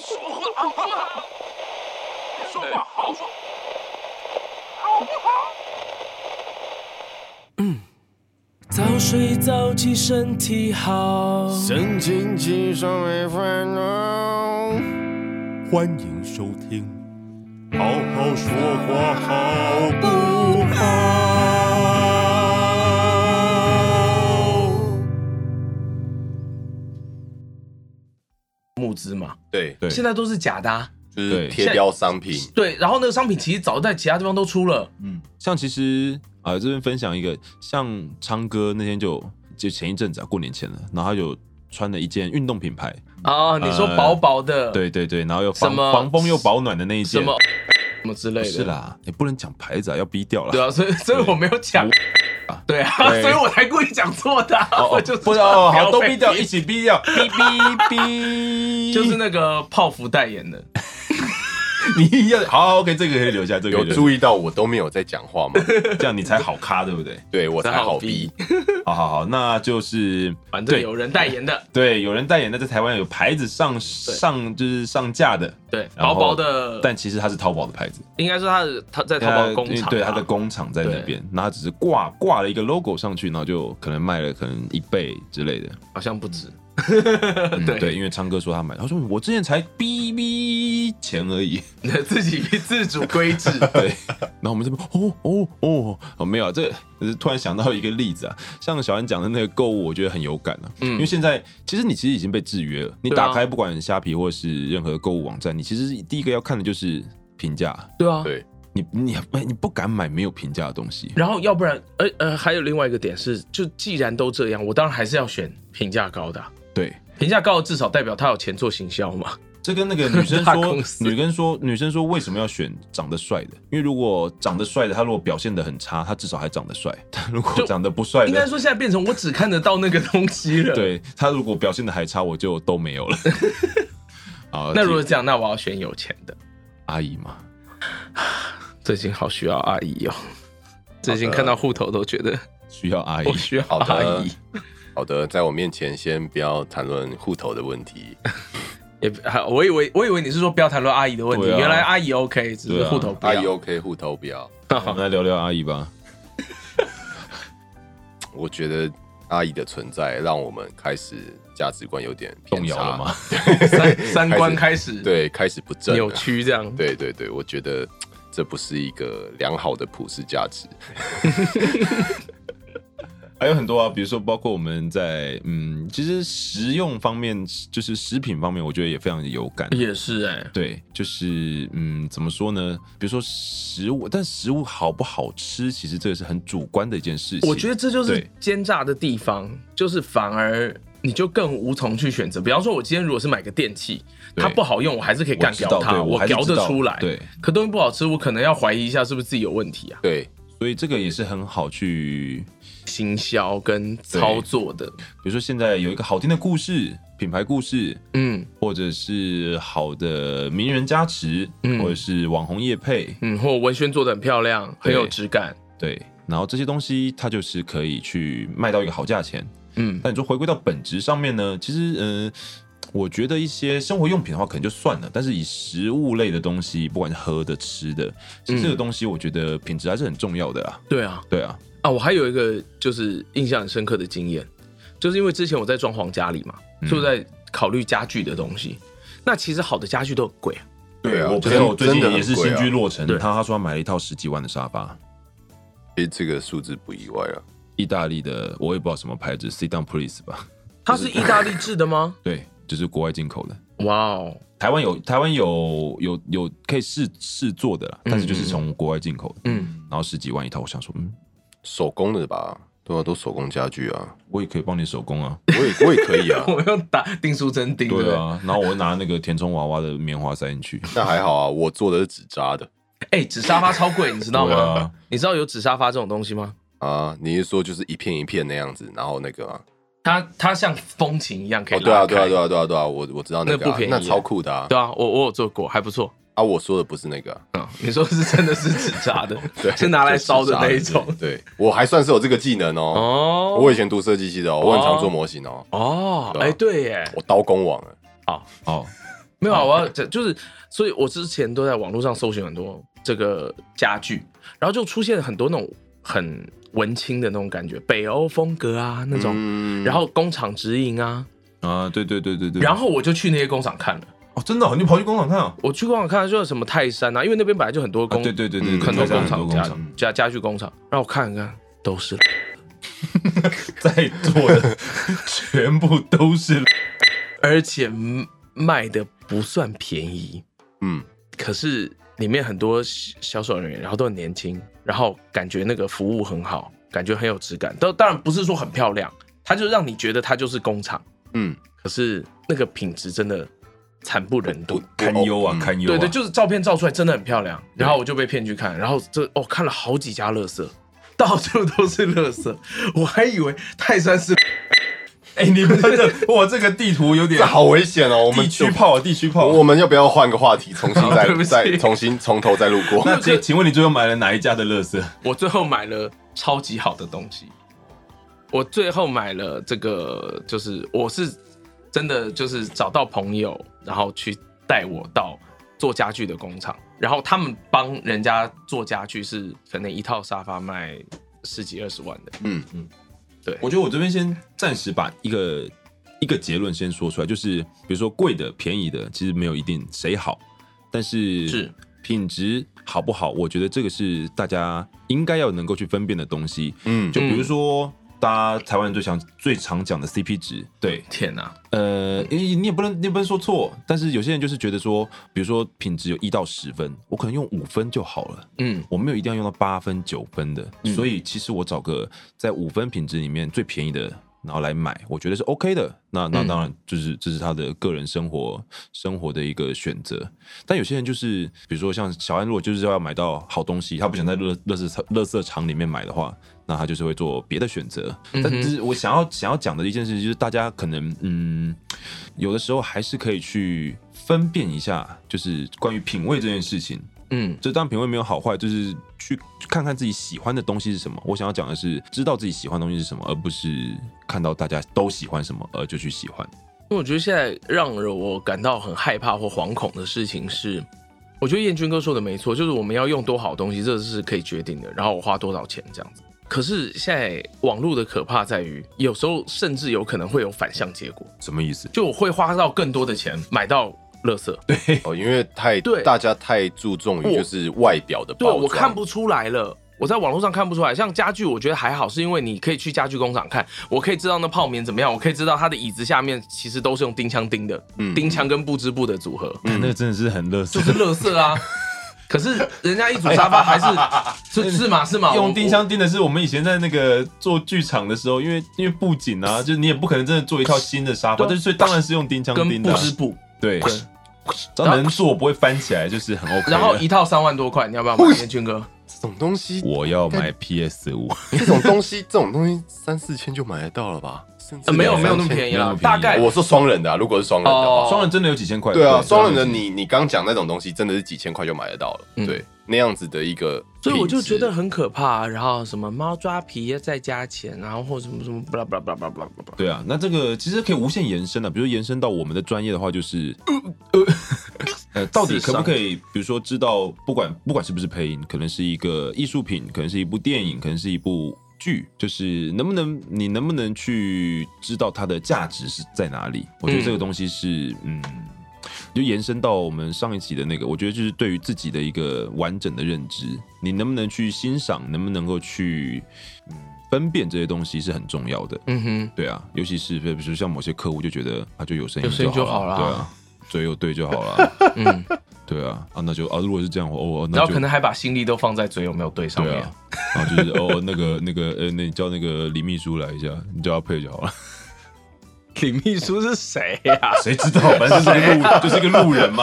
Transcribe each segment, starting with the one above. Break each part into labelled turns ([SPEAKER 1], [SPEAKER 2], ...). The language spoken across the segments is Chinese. [SPEAKER 1] 好不好？说话好说，好不好？
[SPEAKER 2] 早睡早起身体好。
[SPEAKER 3] 神清气爽没烦恼。欢迎收听，好好说话好不好？
[SPEAKER 4] 募资嘛，
[SPEAKER 5] 对，
[SPEAKER 3] 对
[SPEAKER 4] 现在都是假的、啊。
[SPEAKER 5] 就是
[SPEAKER 3] 对
[SPEAKER 5] 贴标商品，
[SPEAKER 4] 对，然后那个商品其实早在其他地方都出了，
[SPEAKER 3] 像其实啊、呃这边分享一个，像昌哥那天就就前一阵子啊，过年前了，然后他有穿了一件运动品牌，
[SPEAKER 5] 呃
[SPEAKER 4] 啊，你说薄薄的，，
[SPEAKER 3] 对对对，然后又防
[SPEAKER 4] 什么
[SPEAKER 3] 防风又保暖的那一件，
[SPEAKER 4] 什么什么之类
[SPEAKER 3] 不
[SPEAKER 4] 的，
[SPEAKER 3] 是，啦，也不能讲牌子啊，要逼掉了。
[SPEAKER 4] 对啊，所以所以我没有讲，对啊，
[SPEAKER 3] 对
[SPEAKER 4] 所以我才故意讲错的啊，
[SPEAKER 3] 哦，
[SPEAKER 4] 我
[SPEAKER 3] 哦
[SPEAKER 4] 就是
[SPEAKER 3] 不是哦，好，都
[SPEAKER 4] 被
[SPEAKER 3] 逼掉，一起逼掉，逼逼 逼，
[SPEAKER 4] 就是那个泡芙代言的，
[SPEAKER 3] 你要好，OK，这个可以留下，这个
[SPEAKER 5] 有
[SPEAKER 3] 可以留
[SPEAKER 5] 注意到我都没有在讲话 吗？
[SPEAKER 3] 下这样你才好咖，对不对？
[SPEAKER 5] 对我才好逼，
[SPEAKER 3] 好好好，那就是
[SPEAKER 4] 反正
[SPEAKER 3] 对
[SPEAKER 4] 有人代言 的，
[SPEAKER 3] 对，有人代言的，在台湾有牌子上上就是上架的，
[SPEAKER 4] 对，
[SPEAKER 3] 然后
[SPEAKER 4] 薄薄的，
[SPEAKER 3] 但其实它是淘宝的牌子，
[SPEAKER 4] 应该是他的他在淘宝的工
[SPEAKER 3] 因为
[SPEAKER 4] 厂啊，
[SPEAKER 3] 呃对，它的工厂在那边，然后它只是挂挂了一个 logo 上去，然后就可能卖了可能一倍之类 的。
[SPEAKER 4] 好像不止，
[SPEAKER 3] 嗯
[SPEAKER 4] 对
[SPEAKER 3] 对，因为昌哥说他买，他说我之前才哔哔钱而已。
[SPEAKER 4] 自己自主规 制，
[SPEAKER 3] 对，然后我们这边哦哦哦哦，没有啊，这只是突然想到一个例子啊，像小安讲的那个购物，我觉得很有感啊，因为现在其实你其实已经被制约了，你
[SPEAKER 4] 嗯对啊
[SPEAKER 3] 打开不管虾皮或是任何购物网站，你其实第一个要看的就是评价，
[SPEAKER 4] 对啊，
[SPEAKER 5] 对，
[SPEAKER 3] 你你你不敢买没有评价的东西，
[SPEAKER 4] 然后要不然，呃呃，还有另外一个点是，就既然都这样，我当然还是要选评价高的啊、
[SPEAKER 3] 对。
[SPEAKER 4] 评价高的至少代表他有钱做行销嘛。
[SPEAKER 3] 这跟那个女 生
[SPEAKER 4] 大
[SPEAKER 3] 说
[SPEAKER 4] 公，司
[SPEAKER 3] 女生说，女生说为什么要选长得帅的？因为如果长得帅的，他如果表现的很差，他至少还长得帅；但如果
[SPEAKER 4] 就
[SPEAKER 3] 长得不帅
[SPEAKER 4] 应该
[SPEAKER 3] 的，
[SPEAKER 4] 说现在变成我只看得到那个东西 了。，
[SPEAKER 3] 对他如果表现的还差，我就都没有 了。啊，
[SPEAKER 4] 那如果这样，那我要选有钱的。
[SPEAKER 3] 阿姨嘛，
[SPEAKER 4] 最近好需要阿姨哦，最近看到户头都觉得
[SPEAKER 3] 需要阿姨
[SPEAKER 4] 我。需要
[SPEAKER 5] 好的
[SPEAKER 4] 阿姨，
[SPEAKER 5] 好的，在我面前先不要谈论户头的问题，
[SPEAKER 4] 也不还我以为我以为你是说不要谈论阿姨的问题，
[SPEAKER 3] 对啊
[SPEAKER 4] 原来阿姨 OK，只是
[SPEAKER 3] 对啊
[SPEAKER 4] 户头 不
[SPEAKER 5] 阿
[SPEAKER 4] 要。
[SPEAKER 5] 姨 OK，户头不要，
[SPEAKER 3] 好，来聊聊阿姨吧。
[SPEAKER 5] 我觉得阿姨的存在让我们开始价值观有点偏
[SPEAKER 3] 动摇
[SPEAKER 5] 差
[SPEAKER 3] 了吗？
[SPEAKER 4] 三三观开始
[SPEAKER 5] 对，开始不正了
[SPEAKER 4] 扭曲这样。
[SPEAKER 5] 对对对，我觉得这不是一个良好的普世价值。
[SPEAKER 3] 还有很多啊，比如说包括我们在嗯，其实食用方面，就是食品方面，我觉得也非常有感。
[SPEAKER 4] 也是哎、
[SPEAKER 3] 对，就是嗯，怎么说呢？比如说食物，但食物好不好吃，其实这个是很主观的一件事情。
[SPEAKER 4] 我觉得这就是
[SPEAKER 3] 对
[SPEAKER 4] 奸诈的地方，就是反而你就更无从去选择。比方说，我今天如果是买个电器，
[SPEAKER 3] 对
[SPEAKER 4] 它不好用，我还是可以干掉
[SPEAKER 3] 我知
[SPEAKER 4] 它，
[SPEAKER 3] 道对我还是
[SPEAKER 4] 嚼
[SPEAKER 3] 知
[SPEAKER 4] 得
[SPEAKER 3] 道
[SPEAKER 4] 出来。
[SPEAKER 3] 对，
[SPEAKER 4] 可东西不好吃，我可能要怀疑一下是不是自己有问题啊。
[SPEAKER 5] 对，
[SPEAKER 3] 所以这个也是很好去，
[SPEAKER 4] 行销跟操作的，
[SPEAKER 3] 比如说现在有一个好听的故事、品牌故事，
[SPEAKER 4] 嗯
[SPEAKER 3] 或者是好的名人加持，
[SPEAKER 4] 嗯
[SPEAKER 3] 或者是网红业配，
[SPEAKER 4] 嗯，或文宣做的很漂亮，很
[SPEAKER 3] 对
[SPEAKER 4] 有质感，
[SPEAKER 3] 对，然后这些东西它就是可以去卖到一个好价钱。
[SPEAKER 4] 嗯，
[SPEAKER 3] 但你说回归到本质上面呢，其实嗯、呃我觉得一些生活用品的话可能就算了，但是以食物类的东西，不管是喝的、吃的，
[SPEAKER 4] 嗯
[SPEAKER 3] 其实这个东西我觉得品质还是很重要的啦。
[SPEAKER 4] 对啊
[SPEAKER 3] 对啊，
[SPEAKER 4] 啊！我还有一个就是印象很深刻的经验，就是因为之前我在装潢家里嘛，
[SPEAKER 3] 嗯
[SPEAKER 4] 所以我在考虑家具的东西。那其实好的家具都很贵啊，
[SPEAKER 5] 对啊
[SPEAKER 3] 我朋
[SPEAKER 5] 真的
[SPEAKER 3] 友最近
[SPEAKER 5] 真的很
[SPEAKER 3] 也是
[SPEAKER 5] 贵
[SPEAKER 3] 新
[SPEAKER 5] 啊
[SPEAKER 3] 居落成，
[SPEAKER 4] 对
[SPEAKER 3] 他他说他买了一套十几万的沙发，
[SPEAKER 5] 其实这个数字不意外啊。
[SPEAKER 3] 意大利的，我也不知道什么牌子，Sit Down Please 吧？
[SPEAKER 4] 它是意大利制的 吗？
[SPEAKER 3] 对，就是国外进口的。
[SPEAKER 4] 哇哦，
[SPEAKER 3] 台湾有台湾有有有可以试试做的啦，但是就是从国外进口的，
[SPEAKER 4] 嗯，，
[SPEAKER 3] 然后十几万一套，我想说，嗯，
[SPEAKER 5] 手工的吧，对啊，都手工家具啊，
[SPEAKER 3] 我也可以帮你手工啊，
[SPEAKER 5] 我也我也可以啊
[SPEAKER 4] 我用打订书针订
[SPEAKER 3] 对，啊，然后我拿那个填充娃娃的棉花塞进去，
[SPEAKER 5] 那还好啊，我做的是纸扎的
[SPEAKER 4] 哎、纸沙发超贵，你知道吗？
[SPEAKER 3] 对啊
[SPEAKER 4] 你知道有纸沙发这种东西吗？
[SPEAKER 5] 啊。你是说就是一片一片那样子，然后那个啊，
[SPEAKER 4] 它它像风琴一样可以
[SPEAKER 5] 哦，对啊，
[SPEAKER 4] 拉开、
[SPEAKER 5] 对啊，对啊，对啊，对啊，我我知道那
[SPEAKER 4] 那
[SPEAKER 5] 个
[SPEAKER 4] 不
[SPEAKER 5] 啊
[SPEAKER 4] 便宜啊
[SPEAKER 5] 那超酷的啊
[SPEAKER 4] 对啊我我有做过，还不错。
[SPEAKER 5] 啊！我说的不是那个啊，，
[SPEAKER 4] 嗯，你说是真的是纸扎的
[SPEAKER 5] 对，
[SPEAKER 4] 是拿来烧的那一
[SPEAKER 5] 就是纸
[SPEAKER 4] 种
[SPEAKER 5] 扎。的对对我还算是有这个技能哦。
[SPEAKER 4] 哦，
[SPEAKER 5] 我以前读设计系的哦，我很常做模型哦，
[SPEAKER 4] 哦，
[SPEAKER 5] 对啊
[SPEAKER 4] 哎、对耶，
[SPEAKER 5] 我刀工王啊，
[SPEAKER 3] 哦，
[SPEAKER 4] 没有啊，我要讲就是，所以我之前都在网络上搜寻很多这个家具，然后就出现很多那种很文青的那种感觉，北欧风格啊那种，
[SPEAKER 5] 嗯
[SPEAKER 4] 然后工厂直营啊，
[SPEAKER 3] 啊，对对对对对。
[SPEAKER 4] 然后我就去那些工厂看了。
[SPEAKER 3] 哦，真的哦，你跑去工厂看啊？
[SPEAKER 4] 我去工厂看，就是什么泰山啊，因为那边本来就很多
[SPEAKER 3] 啊
[SPEAKER 4] 工，
[SPEAKER 3] 对对对对，
[SPEAKER 5] 嗯
[SPEAKER 3] 对
[SPEAKER 4] 很多
[SPEAKER 3] 泰山
[SPEAKER 4] 工厂
[SPEAKER 3] 很多
[SPEAKER 4] 家
[SPEAKER 3] 厂
[SPEAKER 4] 家家具工厂，让我看一看，都是
[SPEAKER 3] 在座的全部都是
[SPEAKER 4] 而且嗯卖的不算便宜，
[SPEAKER 5] 嗯，
[SPEAKER 4] 可是里面很多销销售人员，然后都很年轻，然后感觉那个服务很好，感觉很有质感。都当然不是说很漂亮，它就让你觉得它就是工厂，
[SPEAKER 5] 嗯，
[SPEAKER 4] 可是那个品质真的惨不忍睹。
[SPEAKER 3] 堪忧
[SPEAKER 5] 嗯
[SPEAKER 3] 啊，堪忧啊。
[SPEAKER 4] 对对，就是照片照出来真的很漂亮，然后我就被骗去看，然后这哦看了好几家乐色， 到处都是乐色， 我还以为泰山是
[SPEAKER 3] 哎，你们的哇，这个地图有点
[SPEAKER 5] 这好危险哦，我们
[SPEAKER 3] 地区炮啊，地区炮啊。
[SPEAKER 5] 我们要不要换个话题，重新
[SPEAKER 4] 哦对
[SPEAKER 5] 再
[SPEAKER 4] 不起
[SPEAKER 5] 再重新从头再路过？
[SPEAKER 3] 那请请问你最后买了哪一家的乐色？
[SPEAKER 4] 我最后买了超级好的东西，我最后买了这个，就是我是真的就是找到朋友，然后去带我到做家具的工厂，然后他们帮人家做家具是可能一套沙发卖十几二十万的，
[SPEAKER 5] 嗯嗯
[SPEAKER 3] 我觉得我这边先暂时把一个一个结论先说出来，就是比如说贵的、便宜的，其实没有一定谁好，但是
[SPEAKER 4] 是
[SPEAKER 3] 品质好不好，我觉得这个是大家应该要能够去分辨的东西。
[SPEAKER 5] 嗯
[SPEAKER 3] 就比如说。大家台湾人最常最常讲的 CP 值，对，
[SPEAKER 4] 天哪、
[SPEAKER 3] 呃，你你也不能你也不能说错，但是有些人就是觉得说，比如说品质有一到十分，我可能用五分就好了，
[SPEAKER 4] 嗯，
[SPEAKER 3] 我没有一定要用到八分九分的，所以其实我找个在五分品质里面最便宜的，然后来买，我觉得是 OK 的。那那
[SPEAKER 4] 嗯
[SPEAKER 3] 当然就是这是他的个人生活生活的一个选择。但有些人就是，比如说像小安，如果就是要买到好东西，他不想在乐乐色乐色场里面买的话，那他就是会做别的选择。
[SPEAKER 4] 嗯
[SPEAKER 3] 但是我想要想要讲的一件事就是，大家可能嗯，有的时候还是可以去分辨一下，就是关于品味这件事情。
[SPEAKER 4] 嗯
[SPEAKER 3] 这当然品味没有好坏，就是去看看自己喜欢的东西是什么。我想要讲的是，知道自己喜欢的东西是什么，而不是看到大家都喜欢什么而就去喜欢。
[SPEAKER 4] 因为我觉得现在让我感到很害怕或惶恐的事情是，我觉得燕军哥说的没错，就是我们要用多好东西，这是可以决定的，然后我花多少钱这样子。可是现在网络的可怕在于，有时候甚至有可能会有反向结果，
[SPEAKER 3] 什么意思？
[SPEAKER 4] 就我会花到更多的钱买到垃圾，对，
[SPEAKER 5] 哦，因为太
[SPEAKER 4] 对
[SPEAKER 5] 大家太注重于就是外表的包装，
[SPEAKER 4] 啊我看不出来了。我在网络上看不出来，像家具，我觉得还好，是因为你可以去家具工厂看，我可以知道那泡棉怎么样，我可以知道它的椅子下面其实都是用钉枪钉的，
[SPEAKER 5] 嗯
[SPEAKER 4] 钉枪跟布织布的组合，
[SPEAKER 3] 那个真的是很乐色
[SPEAKER 4] 就，是乐色啊。 可是人家一组沙发还是是是嘛是嘛，
[SPEAKER 3] 用钉
[SPEAKER 4] 丁
[SPEAKER 3] 箱钉的是我们以前在那个做剧场的时候，因为因为布景 啊，就是你也不可能真的做一套新的沙发，
[SPEAKER 4] 对
[SPEAKER 3] 但是所以当然是用钉枪钉
[SPEAKER 4] 跟
[SPEAKER 3] 的
[SPEAKER 4] 布
[SPEAKER 3] 啊、
[SPEAKER 4] 织布，
[SPEAKER 3] 对，
[SPEAKER 4] 对
[SPEAKER 3] 只要能做不会翻起来，就是很 OK 的。
[SPEAKER 4] 然后一套三万多块，你要不要买？燕军哥，
[SPEAKER 5] 这种东西，
[SPEAKER 3] 我要买 PS 五，
[SPEAKER 5] 这种东西，这种东西三四千就买得到了吧？甚至
[SPEAKER 4] 呃没有没有那么
[SPEAKER 5] 两三千
[SPEAKER 4] 便宜
[SPEAKER 3] 没有那
[SPEAKER 4] 啦
[SPEAKER 3] 么，便宜
[SPEAKER 4] 大概
[SPEAKER 5] 啊我说双人的、啊，如果是双人的话，
[SPEAKER 4] 哦
[SPEAKER 3] 双人真的有几千块？
[SPEAKER 5] 对啊，双人的
[SPEAKER 3] 几
[SPEAKER 5] 你你刚讲那种东西，真的是几千块就买得到了，
[SPEAKER 4] 嗯
[SPEAKER 5] 对，那样子的一个品质，
[SPEAKER 4] 所以我就觉得很可怕、然后什么猫抓皮要再加钱，然后或什么什么巴拉巴拉巴拉巴拉巴拉。
[SPEAKER 3] 对啊，那这个其实可以无限延伸啊的、比如延伸到我们的专业的话，就是 呃，到底可不可以，比如说知道，不管不管是不是配音，可能是一个艺术品，可能是一部电影，可能是一部剧，就是能不能你能不能去知道它的价值是在哪里？我觉得这个东西是嗯。就延伸到我们上一期的那个，我觉得就是对于自己的一个完整的认知，你能不能去欣赏，能不能够去嗯分辨这些东西是很重要的。
[SPEAKER 4] 嗯哼，
[SPEAKER 3] 对啊，尤其是比如像某些客户就觉得啊，就有声音
[SPEAKER 4] 有声音就好
[SPEAKER 3] 了，
[SPEAKER 4] 啦
[SPEAKER 3] 对啊，嘴有对就好了，
[SPEAKER 4] 嗯，
[SPEAKER 3] 对啊，啊那就啊，如果是这样哦，哦那
[SPEAKER 4] 然
[SPEAKER 3] 就
[SPEAKER 4] 后可能还把心力都放在嘴有没有对上
[SPEAKER 3] 对
[SPEAKER 4] 面。
[SPEAKER 3] 啊，然后就是哦那个那个呃，那你叫那个李秘书来一下，你叫他配就好了，
[SPEAKER 4] 李秘书啊是谁呀、
[SPEAKER 5] 啊
[SPEAKER 3] 谁知道，反正就是一个路，就是一个路人嘛。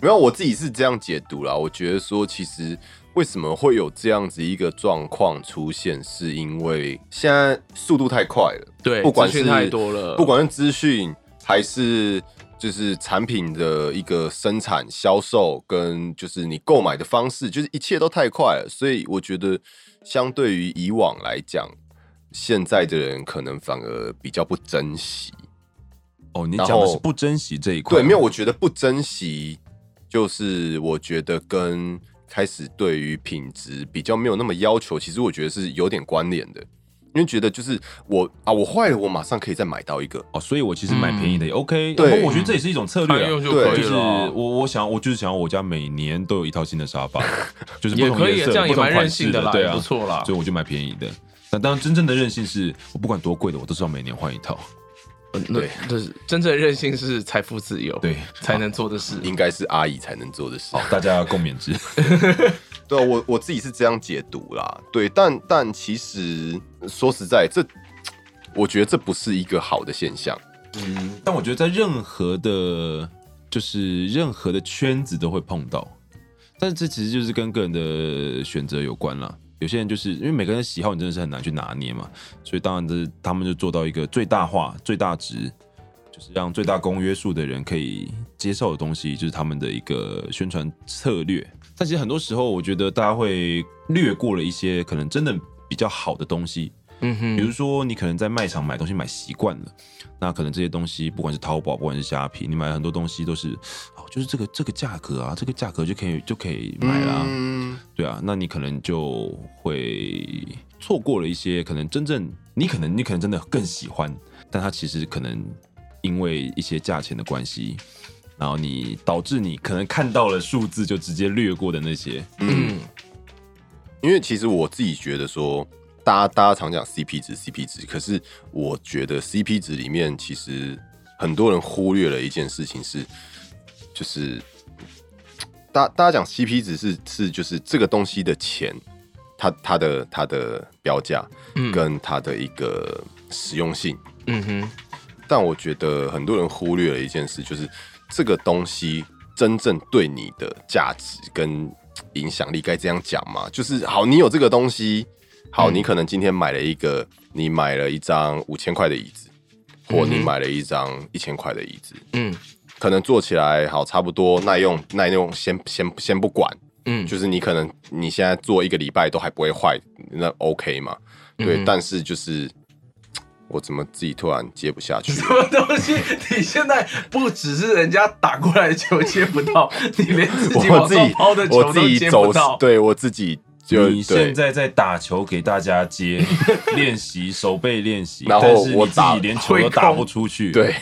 [SPEAKER 5] 没有，我自己是这样解读啦。我觉得说，其实为什么会有这样子一个状况出现，是因为现在速度太快了，
[SPEAKER 4] 对，
[SPEAKER 5] 不管
[SPEAKER 4] 资
[SPEAKER 5] 是
[SPEAKER 4] 讯太多了，
[SPEAKER 5] 不管是资讯还是就是产品的一个生产、销售跟就是你购买的方式，就是一切都太快了，所以我觉得相对于以往来讲，现在的人可能反而比较不珍惜。
[SPEAKER 3] 哦，你
[SPEAKER 5] 然
[SPEAKER 3] 讲的
[SPEAKER 5] 后
[SPEAKER 3] 是不珍惜这一块，
[SPEAKER 5] 对，没有，我觉得不珍惜，就是我觉得跟开始对于品质比较没有那么要求，其实我觉得是有点关联的，因为觉得就是我啊，我坏了，我马上可以再买到一个，
[SPEAKER 3] 哦，所以我其实买便宜
[SPEAKER 4] 嗯
[SPEAKER 3] 的也 OK，
[SPEAKER 5] 对
[SPEAKER 3] 然后我觉得这也是一种策略
[SPEAKER 4] 常
[SPEAKER 3] 啊、
[SPEAKER 4] 用就
[SPEAKER 5] 对
[SPEAKER 4] 可以
[SPEAKER 3] 就是
[SPEAKER 4] 了。
[SPEAKER 3] 我，我想，我就是想要我家每年都有一套新的沙 发，就是不
[SPEAKER 4] 也
[SPEAKER 3] 同
[SPEAKER 4] 可以
[SPEAKER 3] 颜色
[SPEAKER 4] 这样也
[SPEAKER 3] 不同
[SPEAKER 4] 蛮
[SPEAKER 3] 款
[SPEAKER 4] 任性
[SPEAKER 3] 式
[SPEAKER 4] 的
[SPEAKER 3] 的
[SPEAKER 4] 啦
[SPEAKER 3] 对
[SPEAKER 4] 也
[SPEAKER 3] 啊，
[SPEAKER 4] 不错啦
[SPEAKER 3] 所以我就买便宜的。那当然，真正的任性是我不管多贵的，我都是要每年换一套。
[SPEAKER 5] 对，
[SPEAKER 4] 就是真正任性是财富自由，
[SPEAKER 3] 对
[SPEAKER 4] 才能做的事。
[SPEAKER 5] 应该是阿姨才能做的事
[SPEAKER 3] 好。，大家共勉之。
[SPEAKER 5] 哦对啊我我自己是这样解读啦，对，但但其实说实在，这我觉得这不是一个好的现象。
[SPEAKER 3] 但我觉得在任何的，就是任何的圈子都会碰到，但是这其实就是跟个人的选择有关啦。有些人就是因为每个人的喜好，你真的是很难去拿捏嘛，所以当然这是他们就做到一个最大化、最大值，就是让最大公约数的人可以接受的东西，就是他们的一个宣传策略。但其实很多时候，我觉得大家会略过了一些可能真的比较好的东西，
[SPEAKER 4] 嗯
[SPEAKER 3] 比
[SPEAKER 4] 哼，
[SPEAKER 3] 如说你可能在卖场买东西买习惯了，那可能这些东西不管是淘宝，不管是虾皮，你买很多东西都是哦，就是这个这个价格啊，这个价格就可以就可以买啦，
[SPEAKER 5] 嗯，
[SPEAKER 3] 对啊，那你可能就会错过了一些可能真正你可能你可能真的更喜欢，但它其实可能因为一些价钱的关系，然后你导致你可能看到了数字就直接略过的那些，
[SPEAKER 4] 嗯，
[SPEAKER 5] 因为其实我自己觉得说，大家大家常讲 CP 值 CP 值，可是我觉得 CP 值里面其实很多人忽略了一件事情是，就是大大家讲 CP 值是是就是这个东西的钱，它它的它的标价，跟它的一个实用性，
[SPEAKER 4] 嗯哼，
[SPEAKER 5] 但我觉得很多人忽略了一件事，就是这个东西真正对你的价值跟影响力，该这样讲嘛？就是好，你有这个东西，好，你可能今天买了一个，你买了一张五千块的椅子，或你买了一张一千块的椅子，
[SPEAKER 4] 嗯
[SPEAKER 5] 可能坐起来好差不多耐用，耐用先先先不管，
[SPEAKER 4] 嗯，
[SPEAKER 5] 就是你可能你现在做一个礼拜都还不会坏，那 OK 嘛？对，但是就是。我怎么自己突然接不下去了
[SPEAKER 4] 什？么东西？ 你现在不只是人家打过来的球接不到，你连自己
[SPEAKER 5] 我
[SPEAKER 4] 往
[SPEAKER 5] 自
[SPEAKER 4] 上
[SPEAKER 5] 己
[SPEAKER 4] 抛的球
[SPEAKER 5] 我自
[SPEAKER 4] 都
[SPEAKER 5] 己
[SPEAKER 4] 接
[SPEAKER 5] 走
[SPEAKER 4] 不到，，
[SPEAKER 5] 对我自己就
[SPEAKER 3] 你
[SPEAKER 5] 对
[SPEAKER 3] 现，在在打球给大家接练习手背练习，
[SPEAKER 5] 然后
[SPEAKER 3] 但是
[SPEAKER 5] 我
[SPEAKER 3] 你自
[SPEAKER 5] 打
[SPEAKER 3] 己连球都打不出去，，
[SPEAKER 5] 对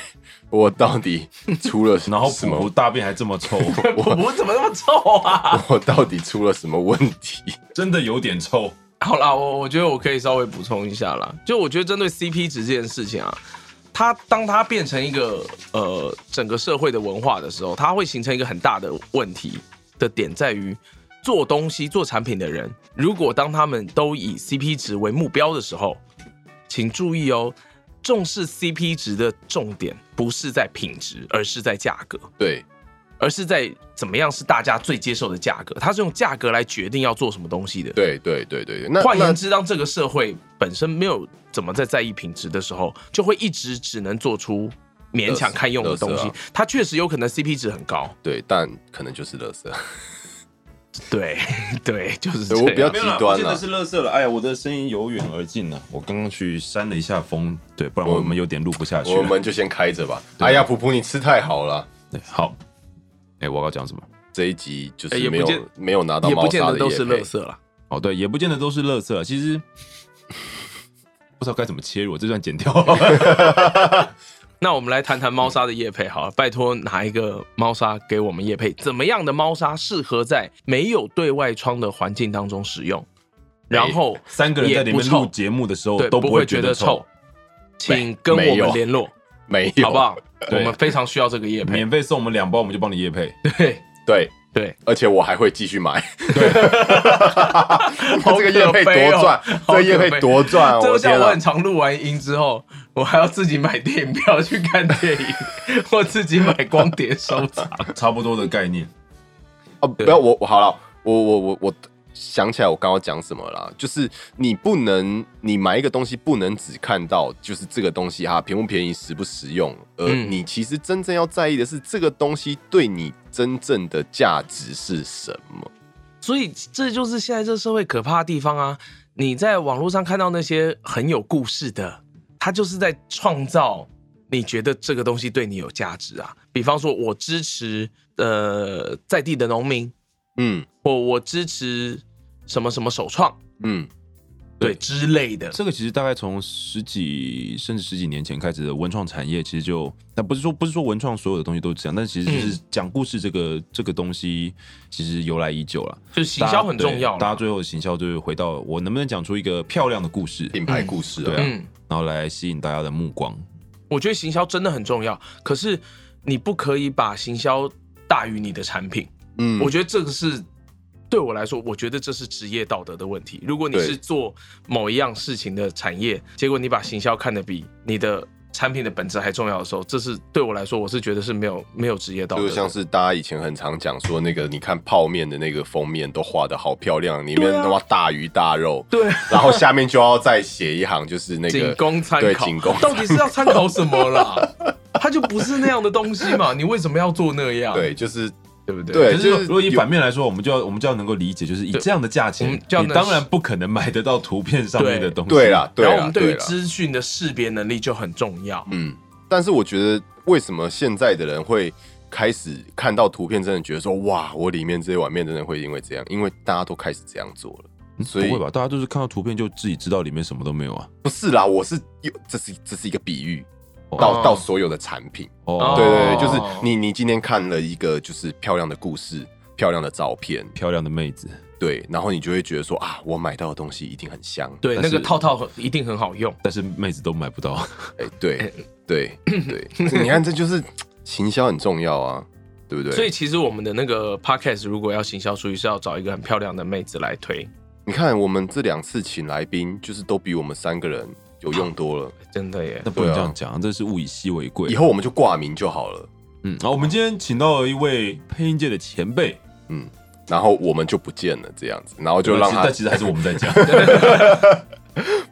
[SPEAKER 5] 我到底出 了
[SPEAKER 3] 然后
[SPEAKER 5] 什
[SPEAKER 3] 普普
[SPEAKER 5] 么？
[SPEAKER 3] 大便还这么 臭，
[SPEAKER 4] 我我怎么那么臭啊？
[SPEAKER 5] 我到底出了什么问题？
[SPEAKER 3] 真的有点臭。
[SPEAKER 4] 好啦，我我觉得我可以稍微补充一下啦，就我觉得针对 CP 值这件事情啊，它当它变成一个呃整个社会的文化的时候，它会形成一个很大的问题的点在于，做东西做产品的人，如果当他们都以 CP 值为目标的时候，请注意哦，重视 CP 值的重点不是在品质，而是在价格。
[SPEAKER 5] 对，
[SPEAKER 4] 而是在怎么样是大家最接受的价格，它是用价格来决定要做什么东西的。
[SPEAKER 5] 对，对，对，对。对那
[SPEAKER 4] 换
[SPEAKER 5] 呃那
[SPEAKER 4] 言之，当这个社会本身没有怎么在在意品质的时候，就会一直只能做出勉强堪用的东
[SPEAKER 5] 垃圾
[SPEAKER 4] 西
[SPEAKER 5] 啊。
[SPEAKER 4] 它确实有可能 CP 值很高，
[SPEAKER 5] 对，但可能就是乐色。
[SPEAKER 4] 对 对，就是这
[SPEAKER 5] 对
[SPEAKER 4] 样。
[SPEAKER 5] 我比
[SPEAKER 3] 没
[SPEAKER 5] 较
[SPEAKER 3] 有啦
[SPEAKER 5] 极端啊
[SPEAKER 3] 不见得是乐色了。哎呀，我的声音由远而近了，我刚刚去扇了一下风，对，不然我们有点录不下去
[SPEAKER 5] 我
[SPEAKER 3] 了。
[SPEAKER 5] 们就先开着吧。
[SPEAKER 4] 啊
[SPEAKER 5] 哎呀，普普，你吃太好了。
[SPEAKER 3] 对，好，哎，我要讲什么？
[SPEAKER 5] 这一集就
[SPEAKER 4] 哎
[SPEAKER 5] 是
[SPEAKER 4] 也不
[SPEAKER 5] 没有
[SPEAKER 4] 见
[SPEAKER 5] 没有拿到
[SPEAKER 4] 也不
[SPEAKER 5] 猫
[SPEAKER 4] 见
[SPEAKER 5] 砂
[SPEAKER 4] 得
[SPEAKER 5] 的
[SPEAKER 4] 都
[SPEAKER 5] 业
[SPEAKER 4] 是
[SPEAKER 5] 配
[SPEAKER 4] 乐色啦。
[SPEAKER 3] 哦，对，也不见得都是乐色了。其实不知道该怎么切入，我这段剪 掉。
[SPEAKER 4] 那我们来谈谈猫砂的叶配好了，拜托拿一个猫砂给我们叶配，怎么样的猫砂适合在没有对外窗的环境当中使用？然后
[SPEAKER 3] 哎三个人在里
[SPEAKER 4] 也不
[SPEAKER 3] 面
[SPEAKER 4] 臭
[SPEAKER 3] 录节目的时候
[SPEAKER 4] 对
[SPEAKER 3] 都
[SPEAKER 4] 不
[SPEAKER 3] 会
[SPEAKER 4] 觉
[SPEAKER 3] 得
[SPEAKER 4] 臭，，请跟
[SPEAKER 5] 没
[SPEAKER 4] 我
[SPEAKER 5] 有
[SPEAKER 4] 们联络，
[SPEAKER 5] 没有，
[SPEAKER 4] 好不？好？我
[SPEAKER 3] 对
[SPEAKER 4] 们非常需要这个
[SPEAKER 5] 哎
[SPEAKER 4] 叶配
[SPEAKER 3] 免。费送我们两包，我们就帮你夜配。
[SPEAKER 4] 对
[SPEAKER 5] 对，
[SPEAKER 4] 对，
[SPEAKER 5] 而且我还会继续买。
[SPEAKER 4] 好
[SPEAKER 5] 这个业配
[SPEAKER 4] 可悲
[SPEAKER 5] 多
[SPEAKER 4] 哦
[SPEAKER 5] 赚，这
[SPEAKER 4] 好
[SPEAKER 5] 个业
[SPEAKER 4] 可
[SPEAKER 5] 配
[SPEAKER 4] 悲
[SPEAKER 5] 多赚啊，
[SPEAKER 4] 这
[SPEAKER 5] 我
[SPEAKER 4] 就
[SPEAKER 5] 的天
[SPEAKER 4] 像
[SPEAKER 5] 啊
[SPEAKER 4] 我！很常录完音之后，我还要自己买电影票去看电 影，或自己买光碟收藏。
[SPEAKER 3] 差不多的概念。
[SPEAKER 5] 哦，不要我我好了，我我我我想起来我刚刚讲什么了啦，就是你不能你买一个东西不能只看到就是这个东西哈便不便宜实不实用，而
[SPEAKER 4] 嗯
[SPEAKER 5] 你其实真正要在意的是这个东西对你真正的价值是什么。
[SPEAKER 4] 所以这就是现在这社会可怕的地方啊！你在网络上看到那些很有故事的，他就是在创造你觉得这个东西对你有价值啊？比方说，我支持呃在地的农民，
[SPEAKER 5] 嗯
[SPEAKER 4] 或我支持什么什么首创，
[SPEAKER 5] 嗯，
[SPEAKER 4] 对
[SPEAKER 3] 对
[SPEAKER 4] 之类的。
[SPEAKER 3] 这个其实大概从十几甚至十几年前开始的文创产业，其实就但不是说不是说文创所有的东西都是这样，但其实就是讲故事这个、这个东西其实由来已久了。
[SPEAKER 4] 就是行销很重要
[SPEAKER 3] 大家对大家
[SPEAKER 4] 啦，
[SPEAKER 3] 最后的行销就是回到我能不能讲出一个漂亮的故事，
[SPEAKER 5] 品牌故事
[SPEAKER 3] 对
[SPEAKER 5] 啊，
[SPEAKER 3] 啊
[SPEAKER 4] 嗯，
[SPEAKER 3] 然后来吸引大家的目光。
[SPEAKER 4] 我觉得行销真的很重要，可是你不可以把行销大于你的产品。
[SPEAKER 5] 嗯，
[SPEAKER 4] 我觉得这个是对我来说，我觉得这是职业道德的问题。如果你
[SPEAKER 5] 对
[SPEAKER 4] 是做某一样事情的产业，结果你把行销看得比你的产品的本质还重要的时候，这是对我来说，我是觉得是没有没有职业道德
[SPEAKER 5] 嗯就
[SPEAKER 4] 的。
[SPEAKER 5] 像是大家以前很常讲说，那个你看泡面的那个封面都画的好漂亮，里面
[SPEAKER 4] 对啊
[SPEAKER 5] 他妈大鱼大肉，
[SPEAKER 4] 对，
[SPEAKER 5] 然后下面就要再写一行，就是那个
[SPEAKER 4] 仅供参
[SPEAKER 5] 对，
[SPEAKER 4] 考，
[SPEAKER 5] 仅供
[SPEAKER 4] 到底是要参考什么啦？ 它就不是那样的东西嘛，你为什么要做那样？
[SPEAKER 5] 对，就是
[SPEAKER 4] 对不对？
[SPEAKER 5] 对，
[SPEAKER 3] 可
[SPEAKER 5] 就是是
[SPEAKER 3] 如果以
[SPEAKER 5] 有
[SPEAKER 3] 反面来说，我们就要我们就要能够理解，就是以
[SPEAKER 4] 对
[SPEAKER 3] 这样的价
[SPEAKER 4] 我
[SPEAKER 3] 钱
[SPEAKER 4] 们就要，
[SPEAKER 3] 你
[SPEAKER 4] 能
[SPEAKER 3] 当然不可能买得到图片上面的东西。
[SPEAKER 5] 对啦，，对
[SPEAKER 4] 然后我
[SPEAKER 5] 啦，
[SPEAKER 4] 们对
[SPEAKER 5] 对
[SPEAKER 4] 于
[SPEAKER 5] 啦，
[SPEAKER 4] 资讯的识别能力就很重要。
[SPEAKER 5] 嗯，但是我觉得为什么现在的人会开始看到图片，真的觉得说哇，我里面这碗面真的会因为这样，因为大家都开始这样做了。所以
[SPEAKER 3] 嗯不会吧？大家都是看到图片就自己知道里面什么都没有啊。
[SPEAKER 5] 不是啦，我是有这是这是一个比喻，
[SPEAKER 3] 哦
[SPEAKER 5] 到到所有的产品。
[SPEAKER 3] 哦，
[SPEAKER 5] 对对
[SPEAKER 4] 哦
[SPEAKER 5] 对，就是你你今天看了一个就是漂亮的故事、漂亮的照片，
[SPEAKER 3] 漂亮的妹子，
[SPEAKER 5] 对，然后你就会觉得说啊，我买到的东西一定很香。
[SPEAKER 4] 对，
[SPEAKER 3] 但
[SPEAKER 4] 那
[SPEAKER 3] 是
[SPEAKER 4] 个套套一定很好用。
[SPEAKER 3] 但是妹子都买不到。
[SPEAKER 5] 哎，对对对，你 看这就是行销很重要啊，对不对？
[SPEAKER 4] 所以其实我们的那个 podcast 如果要行销出去，是要找一个很漂亮的妹子来推，
[SPEAKER 5] 你看我们这两次请来宾，就是都比我们三个人有用多了。
[SPEAKER 4] 真的耶
[SPEAKER 3] 那。不能
[SPEAKER 5] 对啊
[SPEAKER 3] 这样讲，这是物以稀为贵。
[SPEAKER 5] 以后我们就挂名就好了，
[SPEAKER 3] 嗯，好，我们今天请到了一位配音界的前辈，
[SPEAKER 5] 然后我们就不见了这样子，然后就
[SPEAKER 3] 对
[SPEAKER 5] 让
[SPEAKER 3] 其实
[SPEAKER 5] 他
[SPEAKER 3] 但其实还是我们在 讲。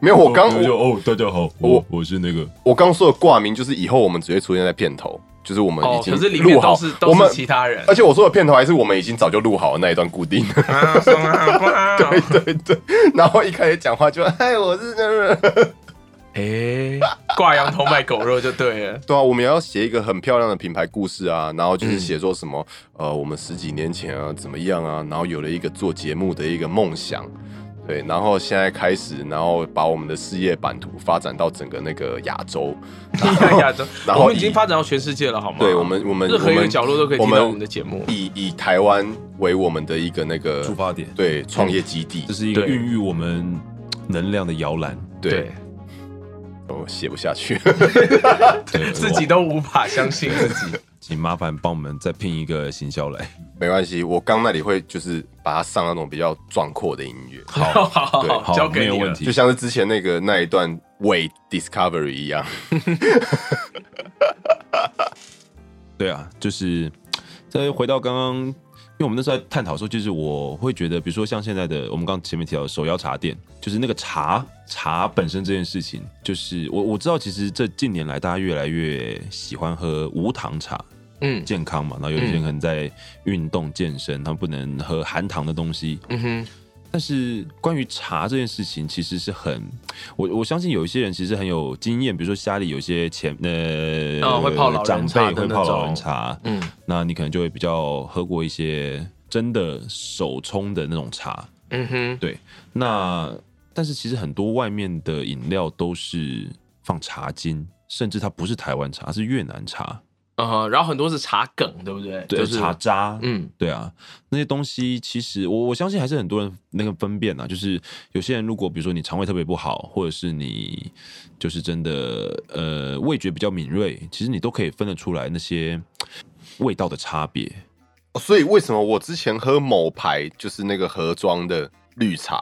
[SPEAKER 5] 没有我刚
[SPEAKER 3] 就哦，大家好，我
[SPEAKER 5] 我
[SPEAKER 3] 我是那个
[SPEAKER 5] 我刚说的挂名就是以后我们只会出现在片头，就是我们
[SPEAKER 4] 哦
[SPEAKER 5] 已，经
[SPEAKER 4] 可是里面
[SPEAKER 5] 录好，
[SPEAKER 4] 都是
[SPEAKER 5] 我
[SPEAKER 4] 都
[SPEAKER 5] 们
[SPEAKER 4] 是其他 人
[SPEAKER 5] 而。且我说的片头还是我们已经早就录好的那一段固定，
[SPEAKER 4] 啊什么 啊哇
[SPEAKER 5] 对对，然后一开始讲话就 哎我是那个，
[SPEAKER 4] 哎，挂羊头卖狗肉就对了。
[SPEAKER 5] 对啊，我们也要写一个很漂亮的品牌故事啊，然后
[SPEAKER 4] 嗯
[SPEAKER 5] 就是写说什么、呃我们十几年前啊怎么样啊，然后有了一个做节目的一个梦想。对，然后现在开始，然后把我们的事业版图发展到整个那个亚洲，
[SPEAKER 4] 亚洲，
[SPEAKER 5] 然后
[SPEAKER 4] 我们已
[SPEAKER 5] 以
[SPEAKER 4] 经发展到全世界了，好吗？
[SPEAKER 5] 对我们，我们
[SPEAKER 4] 任何一
[SPEAKER 5] 我
[SPEAKER 4] 个
[SPEAKER 5] 们
[SPEAKER 4] 角落都可以听到我们的节目。
[SPEAKER 5] 以以台湾为我们的一个那个
[SPEAKER 3] 出发点，
[SPEAKER 4] 嗯
[SPEAKER 5] 对创业基地
[SPEAKER 3] 这，是一个
[SPEAKER 4] 对
[SPEAKER 3] 孕育我们能量的摇篮。
[SPEAKER 5] 对，，我写不下去，
[SPEAKER 3] 对
[SPEAKER 4] 自己都无法相信自己。
[SPEAKER 3] 请麻烦帮我们再聘一个行销来。
[SPEAKER 5] 没关系，我刚那里会就是把它上那种比较壮阔的音 乐，
[SPEAKER 4] 好好好
[SPEAKER 3] 好
[SPEAKER 4] 好，交给
[SPEAKER 3] 没有
[SPEAKER 4] 你
[SPEAKER 3] 问
[SPEAKER 4] 了。
[SPEAKER 3] 题
[SPEAKER 5] 就像是之前那个那一段伪 Discovery 一样，
[SPEAKER 3] 对啊，就是再回到刚刚，因为我们那时候在探讨说，就是我会觉得，比如说像现在的我们刚刚前面提到的手摇茶店，就是那个茶茶本身这件事情，就是我我知道，其实这近年来大家越来越喜欢喝无糖茶，
[SPEAKER 4] 嗯
[SPEAKER 3] 健康嘛，然后有一些人可能在运动健身，他们不能喝含糖的东西，
[SPEAKER 4] 嗯哼，
[SPEAKER 3] 但是关于茶这件事情，其实是很我我相信有一些人其实很有经验，比如说家里有一些前呃、
[SPEAKER 4] 哦会泡老人
[SPEAKER 3] 长
[SPEAKER 4] 茶
[SPEAKER 3] 辈
[SPEAKER 4] 的
[SPEAKER 3] 会
[SPEAKER 4] 那
[SPEAKER 3] 泡老
[SPEAKER 4] 种
[SPEAKER 3] 人茶，
[SPEAKER 4] 嗯，
[SPEAKER 3] 那你可能就会比较喝过一些真的手冲的那种茶。
[SPEAKER 4] 嗯哼，
[SPEAKER 3] 对，那但是其实很多外面的饮料都是放茶精，甚至它不是台湾茶，是越南茶，
[SPEAKER 4] 呃，然后很多是茶梗，对不对？
[SPEAKER 3] 对，
[SPEAKER 4] 就是
[SPEAKER 3] 茶，渣，
[SPEAKER 4] 嗯
[SPEAKER 3] 对啊，那些东西其实我我相信还是很多人那个分辨啊，就是有些人如果比如说你肠胃特别不好，或者是你就是真的呃味觉比较敏锐，其实你都可以分得出来那些味道的差别。
[SPEAKER 5] 哦所以为什么我之前喝某牌就是那个盒装的绿茶，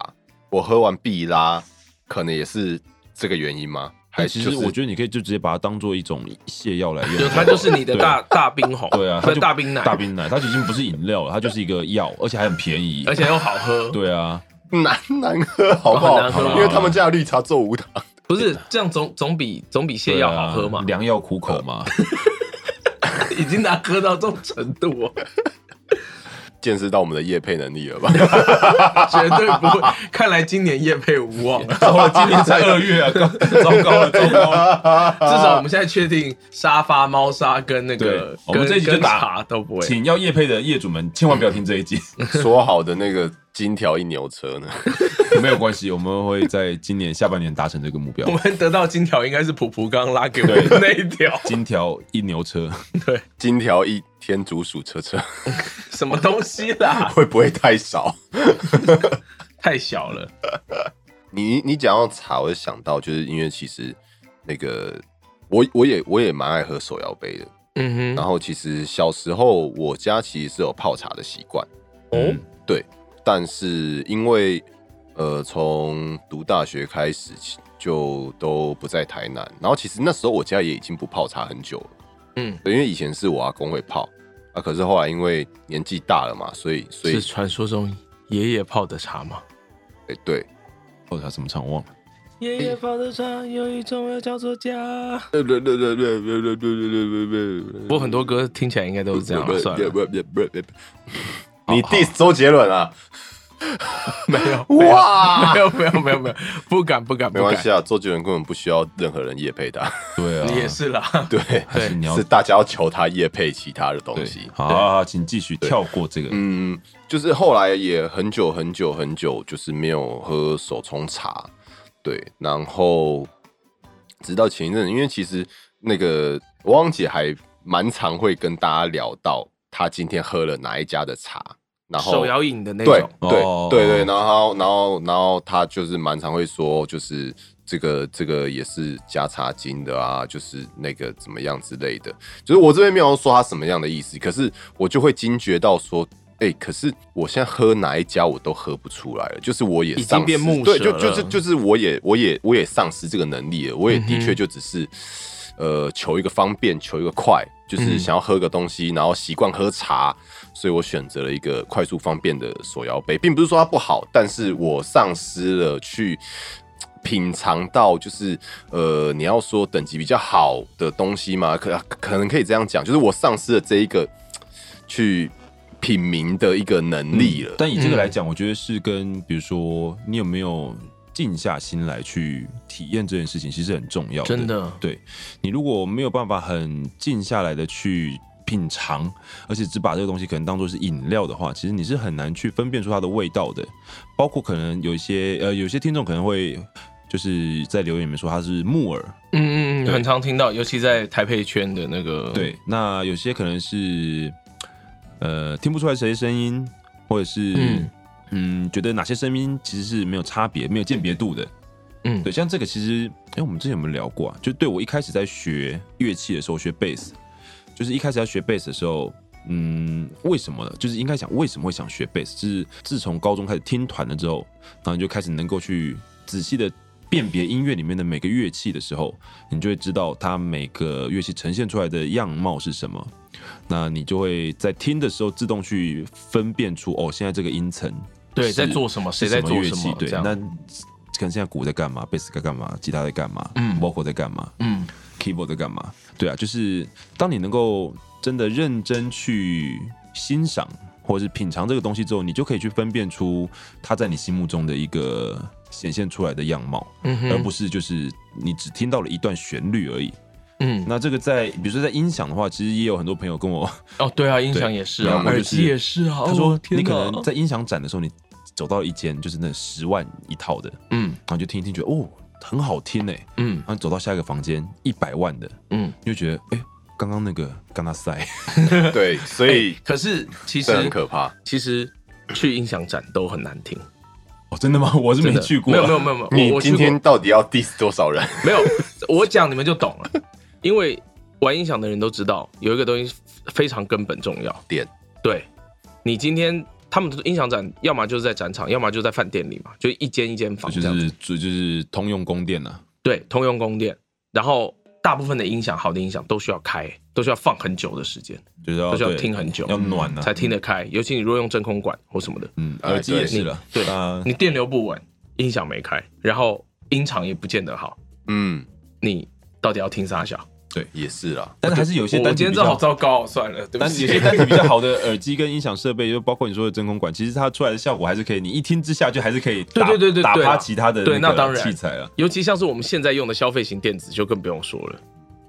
[SPEAKER 5] 我喝完必拉，可能也是这个原因吗？还
[SPEAKER 3] 但
[SPEAKER 5] 是
[SPEAKER 3] 其
[SPEAKER 5] 就
[SPEAKER 3] 实
[SPEAKER 5] 是
[SPEAKER 3] 我觉得你可以就直接把它当做一种泻药来用
[SPEAKER 4] 哎就。它就是你的大大冰红，
[SPEAKER 3] 对啊，它
[SPEAKER 4] 那
[SPEAKER 3] 就
[SPEAKER 4] 大冰奶，
[SPEAKER 3] 大冰奶，它已经不是饮料了，它就是一个药，而且还很便宜。
[SPEAKER 4] 而且又好喝。
[SPEAKER 3] 对啊，
[SPEAKER 5] 难难喝好 不
[SPEAKER 4] 很难喝
[SPEAKER 5] 好？
[SPEAKER 4] 啊
[SPEAKER 5] 因为他们家的绿茶做无糖，
[SPEAKER 4] 不是这样总总比总比泻
[SPEAKER 3] 对
[SPEAKER 4] 药
[SPEAKER 3] 啊
[SPEAKER 4] 好喝嘛？
[SPEAKER 3] 良药苦 口嘛。
[SPEAKER 4] 已经难喝到这种程度哦。
[SPEAKER 5] 见识到我们的业配能力了吧？
[SPEAKER 4] 绝对不会。看来今年业配无望，至
[SPEAKER 3] 我今年才二月啊， 刚糟糕了，糟糕了！
[SPEAKER 4] 少我们现在确定沙发、猫砂跟那
[SPEAKER 3] 对
[SPEAKER 4] 个，
[SPEAKER 3] 我们
[SPEAKER 4] 跟
[SPEAKER 3] 这一集就
[SPEAKER 4] 跟
[SPEAKER 3] 打
[SPEAKER 4] 茶都不会。
[SPEAKER 3] 请要业配的业主们千万不要听这一集，
[SPEAKER 5] 说好的那个金条一牛车呢？
[SPEAKER 3] 没有关系，我们会在今年下半年达成这个目标
[SPEAKER 4] 我。们得到金条应该是普普刚拉给我们的那一条，
[SPEAKER 3] 金条一牛车，
[SPEAKER 4] 对，
[SPEAKER 5] 金条一天竺鼠车车
[SPEAKER 4] 什么东西啦，
[SPEAKER 5] 会不会太少？
[SPEAKER 4] 太小了。
[SPEAKER 5] 你你讲到茶，我就想到就是因为其实那个我我也我也蛮爱喝手摇杯的。
[SPEAKER 4] 嗯
[SPEAKER 3] 啊
[SPEAKER 5] 然后其实小时候我家其实是有泡茶的习惯，
[SPEAKER 4] 哦，
[SPEAKER 3] 嗯
[SPEAKER 5] 对，但是因为呃从读大学开始起就都不在台南，然后其实那时候我家也已经不泡茶很久了，
[SPEAKER 4] 嗯，
[SPEAKER 5] 对因为以前是我阿公会泡啊，可是后来因为年纪大了嘛，所以所以
[SPEAKER 4] 是传说中爷爷泡的茶吗？
[SPEAKER 5] 哎对，
[SPEAKER 3] 或者哦他什么场忘了。
[SPEAKER 2] 爷爷泡的茶有一种味叫做家。
[SPEAKER 5] 对对对对对对对对对
[SPEAKER 4] 不过很多歌听起来应该都是这样啊，算了，
[SPEAKER 5] 对，你 diss 周杰伦啊？
[SPEAKER 4] 没有，
[SPEAKER 5] 哇
[SPEAKER 4] 没，有，没有，没有，没有，不敢，不敢，
[SPEAKER 5] 没
[SPEAKER 4] 不
[SPEAKER 5] 关
[SPEAKER 4] 敢
[SPEAKER 5] 系，啊，周杰伦根本不需要任何人夜配他，
[SPEAKER 3] 对啊，
[SPEAKER 4] 你也是啦。
[SPEAKER 5] 对，
[SPEAKER 3] 还是你要
[SPEAKER 5] 是大家要求他夜配其他的东
[SPEAKER 3] 对
[SPEAKER 5] 西，。
[SPEAKER 3] 好好，好请继续跳过这个。
[SPEAKER 5] 嗯，就是后来也很久很久很久，就是没有喝手冲茶，对，然后直到前一阵子，因为其实那个汪汪姐还蛮常会跟大家聊到她今天喝了哪一家的茶，然后
[SPEAKER 4] 手摇饮的那
[SPEAKER 5] 对
[SPEAKER 4] 种，
[SPEAKER 5] 对
[SPEAKER 3] 哦
[SPEAKER 5] 对对，然后然后然后他就是蛮常会说，就是这个这个也是加茶精的啊，就是那个怎么样之类的。就是我这边没有说他什么样的意思，可是我就会惊觉到说。哎、可是我现在喝哪一家我都喝不出来了，就是我也
[SPEAKER 4] 已经
[SPEAKER 5] 丧失
[SPEAKER 4] 变木
[SPEAKER 5] 对，
[SPEAKER 4] 舌
[SPEAKER 5] 就就
[SPEAKER 4] 了
[SPEAKER 5] 是就是我也我也我也丧失这个能力了，我也的
[SPEAKER 4] 嗯
[SPEAKER 5] 确
[SPEAKER 4] 哼
[SPEAKER 5] 就只是、呃求一个方便，求一个快，就是
[SPEAKER 4] 嗯
[SPEAKER 5] 想要喝个东西，然后习惯喝茶，所以我选择了一个快速方便的手摇杯，并不是说它不好，但是我丧失了去品尝到，就是呃，你要说等级比较好的东西嘛，可可能可以这样讲，就是我丧失了这一个去品茗的一个
[SPEAKER 3] 嗯
[SPEAKER 5] 能力了。
[SPEAKER 3] 但以这个来讲，我觉得是跟比如说你有没有静下心来去体验这件事情，其实很重要。
[SPEAKER 4] 真的
[SPEAKER 3] 对你如果没有办法很静下来的去品尝，而且只把这个东西可能当做是饮料的话，其实你是很难去分辨出它的味道的。包括可能有一些呃，有些听众可能会就是在留言里面说它是木耳，
[SPEAKER 4] 嗯嗯嗯，
[SPEAKER 3] 对
[SPEAKER 4] 很常听到，尤其在台配圈的那个，
[SPEAKER 3] 对，那有些可能是呃听不出来谁的声音，或者是嗯
[SPEAKER 4] 嗯
[SPEAKER 3] 觉得哪些声音其实是没有差别、没有鉴别度的。
[SPEAKER 4] 嗯
[SPEAKER 3] 对，像这个其实，哎、我们之前有没有聊过啊？就对我一开始在学乐器的时候，学贝斯，就是一开始要学贝斯的时候。嗯，为什么呢？就是应该讲为什么会想学贝斯，就是自从高中开始听团了之后，然后你就开始能够去仔细的辨别音乐里面的每个乐器的时候，你就会知道它每个乐器呈现出来的样貌是什么。那你就会在听的时候自动去分辨出哦，现在这个音层
[SPEAKER 4] 对，
[SPEAKER 3] 是
[SPEAKER 4] 在做什么，谁
[SPEAKER 3] 是
[SPEAKER 4] 在
[SPEAKER 3] 什么
[SPEAKER 4] 做
[SPEAKER 3] 乐
[SPEAKER 4] 什
[SPEAKER 3] 器
[SPEAKER 4] 么，，
[SPEAKER 3] 对，
[SPEAKER 4] 这样
[SPEAKER 3] 那可能现在鼓在干嘛，贝斯在干嘛，吉他在干嘛，
[SPEAKER 4] 嗯
[SPEAKER 3] v o c a l 在干嘛，
[SPEAKER 4] 嗯
[SPEAKER 3] keyboard 在干嘛？对啊，就是当你能够真的认真去欣赏或者是品尝这个东西之后，你就可以去分辨出它在你心目中的一个显现出来的样貌，
[SPEAKER 4] 嗯哼
[SPEAKER 3] 而不是就是你只听到了一段旋律而已。
[SPEAKER 4] 嗯，
[SPEAKER 3] 那这个在比如说在音响的话，其实也有很多朋友跟我，
[SPEAKER 4] 哦，对啊，音响也是
[SPEAKER 3] 然
[SPEAKER 4] 啊，
[SPEAKER 3] 后
[SPEAKER 4] 耳
[SPEAKER 3] 就是
[SPEAKER 4] 机也是啊，
[SPEAKER 3] 他说
[SPEAKER 4] 哦天
[SPEAKER 3] 你
[SPEAKER 4] 哪
[SPEAKER 3] 可能在音响展的时候，你走到一间就是那十万一套的，
[SPEAKER 4] 嗯
[SPEAKER 3] 然后就听一听，觉得哦很好听哎，
[SPEAKER 4] 嗯
[SPEAKER 3] 然后走到下一个房间一百万的，
[SPEAKER 4] 嗯，
[SPEAKER 3] 你就觉得哎。刚刚那个跟他塞，
[SPEAKER 5] 对，所以
[SPEAKER 4] 可是嗯哎其实
[SPEAKER 5] 这很可怕。
[SPEAKER 4] 其实去音响展都很难听，
[SPEAKER 3] 哦，真的吗？我是
[SPEAKER 4] 真
[SPEAKER 3] 没
[SPEAKER 4] 的
[SPEAKER 3] 去过
[SPEAKER 4] 没
[SPEAKER 3] 啊，
[SPEAKER 4] 有没有没有没有，我
[SPEAKER 5] 你
[SPEAKER 4] 我去
[SPEAKER 5] 今
[SPEAKER 4] 过
[SPEAKER 5] 天到底要 diss 多少人？
[SPEAKER 4] 没有，我讲你们就懂了，因为玩音响的人都知道有一个东西非常根本重要，
[SPEAKER 5] 点
[SPEAKER 4] 对你今天他们音响展，要么就是在展场，要么就在饭店里嘛，就一间一间房
[SPEAKER 3] 就
[SPEAKER 4] 这样子。
[SPEAKER 3] 是就就是通用供电啊呐、
[SPEAKER 4] 对，通用供电，然后大部分的音响，好的音响都需要开，都需要放很久的时间，
[SPEAKER 3] 就是要
[SPEAKER 4] 都需要
[SPEAKER 3] 哦对
[SPEAKER 4] 听很久
[SPEAKER 3] 要暖啊，
[SPEAKER 4] 才听得开。尤其你如果用真空管或什么的，
[SPEAKER 3] 嗯，
[SPEAKER 5] 哎
[SPEAKER 3] 耳机
[SPEAKER 5] 对
[SPEAKER 3] 也是了，
[SPEAKER 4] 对
[SPEAKER 3] 啊，
[SPEAKER 4] 你电流不稳，音响没开，然后音场也不见得好，
[SPEAKER 5] 嗯，
[SPEAKER 4] 你到底要听啥小？
[SPEAKER 3] 对，
[SPEAKER 5] 也是啦。
[SPEAKER 3] 但是还是有一些
[SPEAKER 4] 我
[SPEAKER 3] 单
[SPEAKER 4] 今天
[SPEAKER 3] 体比
[SPEAKER 4] 真的好
[SPEAKER 3] 较，
[SPEAKER 4] 糟糕、哦，算了，对不
[SPEAKER 3] 但
[SPEAKER 4] 起。
[SPEAKER 3] 有些单体比较好的耳机跟音响设备，就包括你说的真空管，其实它出来的效果还是可以，你一听之下就还是可以打
[SPEAKER 4] 对对对对
[SPEAKER 3] 打
[SPEAKER 4] 对啊
[SPEAKER 3] 趴其他的
[SPEAKER 4] 对那
[SPEAKER 3] 个
[SPEAKER 4] 当然
[SPEAKER 3] 器材了。
[SPEAKER 4] 尤其像是我们现在用的消费型电子，就更不用说了。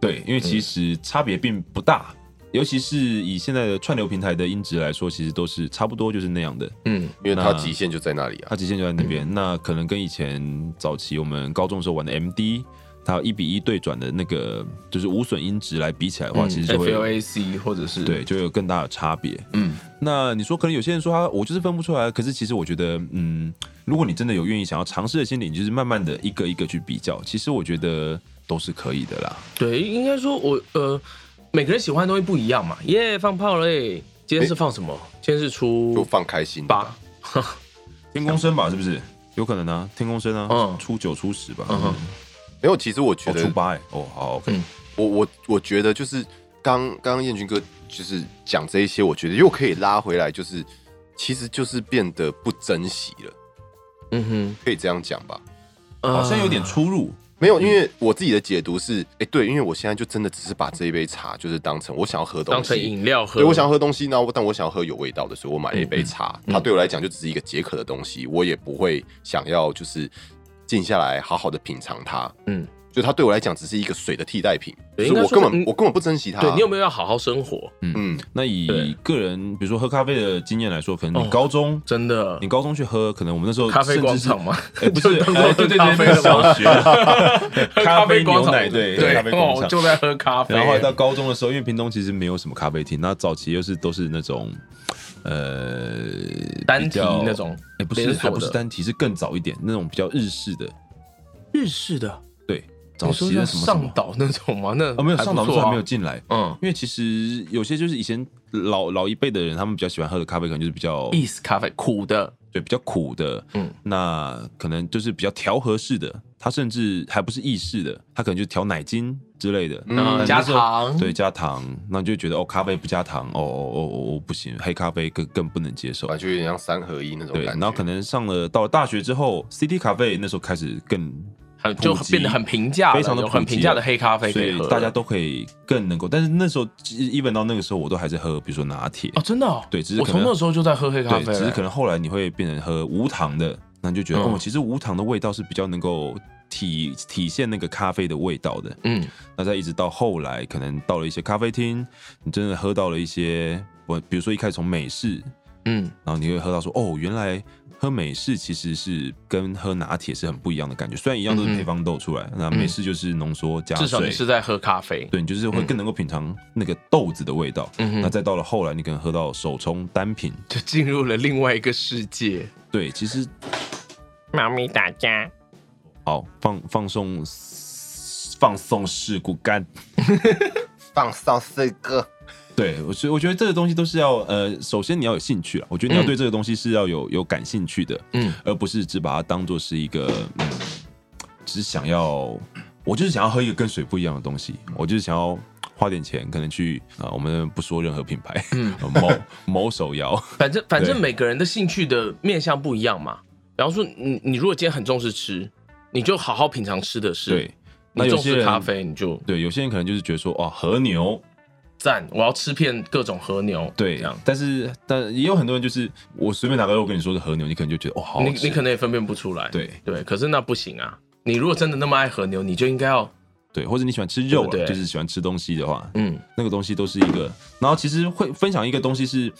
[SPEAKER 3] 对，因为
[SPEAKER 4] 嗯
[SPEAKER 3] 其实差别并不大，尤其是以现在的串流平台的音质来说，其实都是差不多就是那样的。
[SPEAKER 4] 嗯，
[SPEAKER 5] 因为它
[SPEAKER 3] 那
[SPEAKER 5] 极限就在那里啊
[SPEAKER 3] 它。极限就在那边。那可能跟以前早期我们高中时候玩的 MD，它有一比一对转的那个就是无损音质来比起来的话，其实就
[SPEAKER 4] 嗯 F
[SPEAKER 3] 会
[SPEAKER 4] L A C 或者是
[SPEAKER 3] 对，就有更大的差别。
[SPEAKER 4] 嗯，
[SPEAKER 3] 那你说可能有些人说他我就是分不出来，可是其实我觉得，嗯，如果你真的有愿意想要尝试的心理，你就是慢慢的一个一个去比较，其实我觉得都是可以的啦。
[SPEAKER 4] 对，应该说我呃，每个人喜欢的东西不一样嘛。耶、放炮嘞！今天是放什么？今天是
[SPEAKER 5] 就
[SPEAKER 4] 初
[SPEAKER 5] 放开心的吧
[SPEAKER 4] 八，
[SPEAKER 3] 天公生吧，是不是？有可能啊，天公生啊，
[SPEAKER 4] 嗯
[SPEAKER 3] 初九初十吧，
[SPEAKER 4] 嗯
[SPEAKER 3] 嗯
[SPEAKER 4] 哼，
[SPEAKER 5] 没有，其实我觉
[SPEAKER 3] 哦，
[SPEAKER 5] 得
[SPEAKER 3] 初八哎、哦，好，OK，
[SPEAKER 4] 嗯
[SPEAKER 5] 我我我觉得就是刚刚刚彦军哥就是讲这一些，我觉得又可以拉回来，就是其实就是变得不珍惜了，
[SPEAKER 4] 嗯
[SPEAKER 5] 可以这样讲吧？
[SPEAKER 4] 哼，
[SPEAKER 3] 好像有点
[SPEAKER 4] 呃
[SPEAKER 3] 出入，
[SPEAKER 5] 没有，因为我自己的解读是，哎、对，因为我现在就真的只是把这一杯茶就是当成我想要喝东西，
[SPEAKER 4] 当成饮料喝。
[SPEAKER 5] 对我想要喝东西，那我但我想要喝有味道的，所以我买了一杯茶。
[SPEAKER 4] 嗯
[SPEAKER 5] 它对我来讲就只是一个解渴的东西，我也不会想要就是静下来好好的品尝它。
[SPEAKER 4] 嗯
[SPEAKER 5] 嗯，就它对我来讲只是一个水的替代品，
[SPEAKER 4] 对
[SPEAKER 5] 所以
[SPEAKER 4] 应该
[SPEAKER 5] 我
[SPEAKER 4] 说
[SPEAKER 5] 根
[SPEAKER 4] 是
[SPEAKER 5] 本
[SPEAKER 4] 嗯
[SPEAKER 5] 我根本不珍惜它。
[SPEAKER 4] 对你有没有要好好生活？
[SPEAKER 5] 嗯，
[SPEAKER 3] 那
[SPEAKER 4] 对
[SPEAKER 3] 以个人，比如说喝咖啡的经验来说，可能
[SPEAKER 4] 哦
[SPEAKER 3] 你高中，
[SPEAKER 4] 真的
[SPEAKER 3] 你，高中去喝，可能我们那时候
[SPEAKER 4] 咖啡
[SPEAKER 3] 甚至
[SPEAKER 4] 广
[SPEAKER 3] 是
[SPEAKER 4] 场吗
[SPEAKER 3] 哎不是，
[SPEAKER 4] 就当做
[SPEAKER 3] 哎对对对，
[SPEAKER 4] 咖啡
[SPEAKER 3] 那
[SPEAKER 4] 了
[SPEAKER 3] 个
[SPEAKER 4] 吗
[SPEAKER 3] 小 学咖啡
[SPEAKER 4] 广
[SPEAKER 3] 牛
[SPEAKER 4] 场
[SPEAKER 3] 奶，对
[SPEAKER 4] 对
[SPEAKER 3] 咖啡，广
[SPEAKER 4] 哦，
[SPEAKER 3] 场。
[SPEAKER 4] 就在喝咖啡。
[SPEAKER 3] 然后到高中的时候，因为屏东其实没有什么咖啡厅，那早期又是都是那种，呃，
[SPEAKER 4] 单
[SPEAKER 3] 比
[SPEAKER 4] 体
[SPEAKER 3] 较
[SPEAKER 4] 那种
[SPEAKER 3] 哎，不
[SPEAKER 4] 连
[SPEAKER 3] 是，
[SPEAKER 4] 锁
[SPEAKER 3] 还不是
[SPEAKER 4] 的
[SPEAKER 3] 单体，是更早一点那种比较日式的，
[SPEAKER 4] 日式的，
[SPEAKER 3] 对，早
[SPEAKER 4] 你说
[SPEAKER 3] 期的
[SPEAKER 4] 像
[SPEAKER 3] 什么什么
[SPEAKER 4] 上岛那种吗？那
[SPEAKER 3] 哦，没有
[SPEAKER 4] 还
[SPEAKER 3] 上
[SPEAKER 4] 不
[SPEAKER 3] 岛那
[SPEAKER 4] 错
[SPEAKER 3] 时候还
[SPEAKER 4] 啊
[SPEAKER 3] 没有进来，
[SPEAKER 4] 嗯
[SPEAKER 3] 因为其实有些就是以前老老一辈的人，他们比较喜欢喝的咖啡，可能就是比较
[SPEAKER 4] 意式咖啡，苦的，
[SPEAKER 3] 对比较苦的，
[SPEAKER 4] 嗯
[SPEAKER 3] 嗯，那可能就是比较调和式的，它甚至还不是意式的，它可能就调奶精之类的，
[SPEAKER 5] 嗯
[SPEAKER 4] 嗯，
[SPEAKER 3] 那
[SPEAKER 4] 加
[SPEAKER 3] 那时候
[SPEAKER 4] 糖，
[SPEAKER 3] 对，加糖，那你就觉得哦，咖啡不加糖，哦哦哦哦哦，不行，黑咖啡更更不能接受
[SPEAKER 5] 本。哎来就有点像三合一那种
[SPEAKER 3] 对，
[SPEAKER 5] 感觉。
[SPEAKER 3] 然后可能上了到了大学之后，CT 咖啡那时候开始更
[SPEAKER 4] 很就
[SPEAKER 3] 普及
[SPEAKER 4] 变得很平价了，
[SPEAKER 3] 非常的
[SPEAKER 4] 有很平价的黑咖啡可
[SPEAKER 3] 啊所
[SPEAKER 4] 以
[SPEAKER 3] 以
[SPEAKER 4] 喝了，
[SPEAKER 3] 大家都可以更能够。但是那时候，even 到那个时候，我都还在喝，比如说拿铁
[SPEAKER 4] 哦，真的哦，
[SPEAKER 3] 对只是
[SPEAKER 4] 我
[SPEAKER 3] 可
[SPEAKER 4] 从
[SPEAKER 3] 能
[SPEAKER 4] 那时候就在喝黑咖
[SPEAKER 3] 对，
[SPEAKER 4] 啡了，
[SPEAKER 3] 只是可能后来你会变成喝无糖的，那你就觉得、
[SPEAKER 4] 嗯
[SPEAKER 3] 哦，其实无糖的味道是比较能够体体现那个咖啡的味道的。
[SPEAKER 4] 嗯，
[SPEAKER 3] 那再一直到后来，可能到了一些咖啡厅，你真的喝到了一些，我比如说一开始从美式，
[SPEAKER 4] 嗯
[SPEAKER 3] 然后你会喝到说，哦，原来喝美式其实是跟喝拿铁是很不一样的感觉。虽然一样都
[SPEAKER 4] 嗯
[SPEAKER 3] 是
[SPEAKER 4] 哼
[SPEAKER 3] 配方豆出来，那美式就是浓缩加
[SPEAKER 4] 嗯至
[SPEAKER 3] 水，
[SPEAKER 4] 少你是在喝咖啡，
[SPEAKER 3] 啊对，你就是会更能够品尝那个豆子的味道。
[SPEAKER 4] 嗯哼
[SPEAKER 3] 那再到了后来，你可能喝到手冲单品，
[SPEAKER 4] 就进入了另外一个世界。
[SPEAKER 3] 对，其实
[SPEAKER 6] 猫咪打架，
[SPEAKER 3] 好放放松放松事故干。
[SPEAKER 5] 放上四个，
[SPEAKER 3] 对，我觉我觉得这个东西都是要呃，首先你要有兴趣啊，我觉得你要
[SPEAKER 4] 嗯
[SPEAKER 3] 对这个东西是要有有感兴趣的，
[SPEAKER 4] 嗯
[SPEAKER 3] 而不是只把它当做是一个，嗯，只想要我就是想要喝一个跟水不一样的东西，我就是想要花点钱，可能去啊、我们不说任何品牌，
[SPEAKER 4] 嗯
[SPEAKER 3] 呃 某某手摇，
[SPEAKER 4] 反正反正
[SPEAKER 3] 对
[SPEAKER 4] 每个人的兴趣的面向不一样嘛。比方说你，你如果今天很重视吃，你就好好品尝吃的事。
[SPEAKER 3] 对，那
[SPEAKER 4] 你
[SPEAKER 3] 有
[SPEAKER 4] 重
[SPEAKER 3] 些
[SPEAKER 4] 视
[SPEAKER 3] 人
[SPEAKER 4] 咖啡，你就
[SPEAKER 3] 对，有些人可能就是觉得说，哦，和牛，
[SPEAKER 4] 赞，我要吃遍各种和牛。
[SPEAKER 3] 对
[SPEAKER 4] 这样，
[SPEAKER 3] 但是但也有很多人就是我随便拿个肉跟你说是和牛，你可能就觉得哦，好好
[SPEAKER 4] 你
[SPEAKER 3] 吃
[SPEAKER 4] 你可能也分辨不出来。
[SPEAKER 3] 对
[SPEAKER 4] 对，可是那不行啊！你如果真的那么爱和牛，你就应该要
[SPEAKER 3] 对，或者你喜欢吃肉
[SPEAKER 4] 对不对
[SPEAKER 3] 啦，就是喜欢吃东西的话，
[SPEAKER 4] 嗯
[SPEAKER 3] 那个东西都是一个。然后其实会分享一个东西是，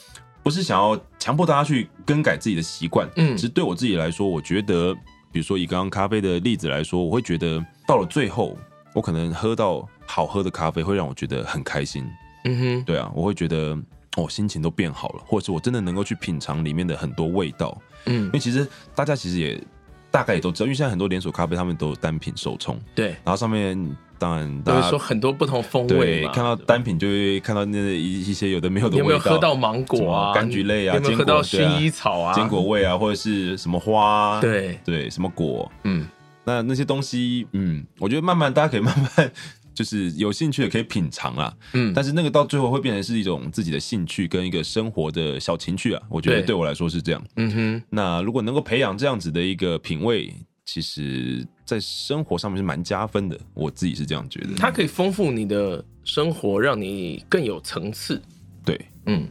[SPEAKER 3] 不是想要强迫大家去更改自己的习惯？
[SPEAKER 4] 嗯
[SPEAKER 3] 其实对我自己来说，我觉得，比如说以刚刚咖啡的例子来说，我会觉得到了最后，我可能喝到好喝的咖啡，会让我觉得很开心。
[SPEAKER 4] 嗯哼
[SPEAKER 3] 对啊，我会觉得。哦，心情都变好了，或者是我真的能够去品尝里面的很多味道，因
[SPEAKER 4] 嗯
[SPEAKER 3] 为其实大家其实也大概也都知道，因为现在很多连锁咖啡他们都有单品手冲，
[SPEAKER 4] 对，
[SPEAKER 3] 然后上面当然
[SPEAKER 4] 都
[SPEAKER 3] 大
[SPEAKER 4] 会
[SPEAKER 3] 家
[SPEAKER 4] 说很多不同风味
[SPEAKER 3] 对，
[SPEAKER 4] 嘛。
[SPEAKER 3] 看到单品就会看到那一一些有的没有的
[SPEAKER 4] 你
[SPEAKER 3] 味
[SPEAKER 4] 有
[SPEAKER 3] 道，
[SPEAKER 4] 没有喝到芒
[SPEAKER 3] 什
[SPEAKER 4] 果
[SPEAKER 3] 么
[SPEAKER 4] 啊？
[SPEAKER 3] 柑橘类啊，
[SPEAKER 4] 你有没有
[SPEAKER 3] 坚
[SPEAKER 4] 喝
[SPEAKER 3] 果
[SPEAKER 4] 到
[SPEAKER 3] 对啊
[SPEAKER 4] 薰衣草啊？
[SPEAKER 3] 坚果味啊，或者是什么花啊，
[SPEAKER 4] 对，
[SPEAKER 3] 对，什么果，
[SPEAKER 4] 嗯，
[SPEAKER 3] 那那些东西，嗯，我觉得慢慢大家可以慢慢就是有兴趣的可以品尝啦，
[SPEAKER 4] 嗯
[SPEAKER 3] 但是那个到最后会变成是一种自己的兴趣跟一个生活的小情趣啊，我觉得
[SPEAKER 4] 对
[SPEAKER 3] 对我来说是这样。
[SPEAKER 4] 嗯哼，
[SPEAKER 3] 那如果能够培养这样子的一个品味，其实在生活上面是蛮加分的，我自己是这样觉得。
[SPEAKER 4] 它可以丰富你的生活，让你更有层次。
[SPEAKER 3] 对，
[SPEAKER 4] 嗯，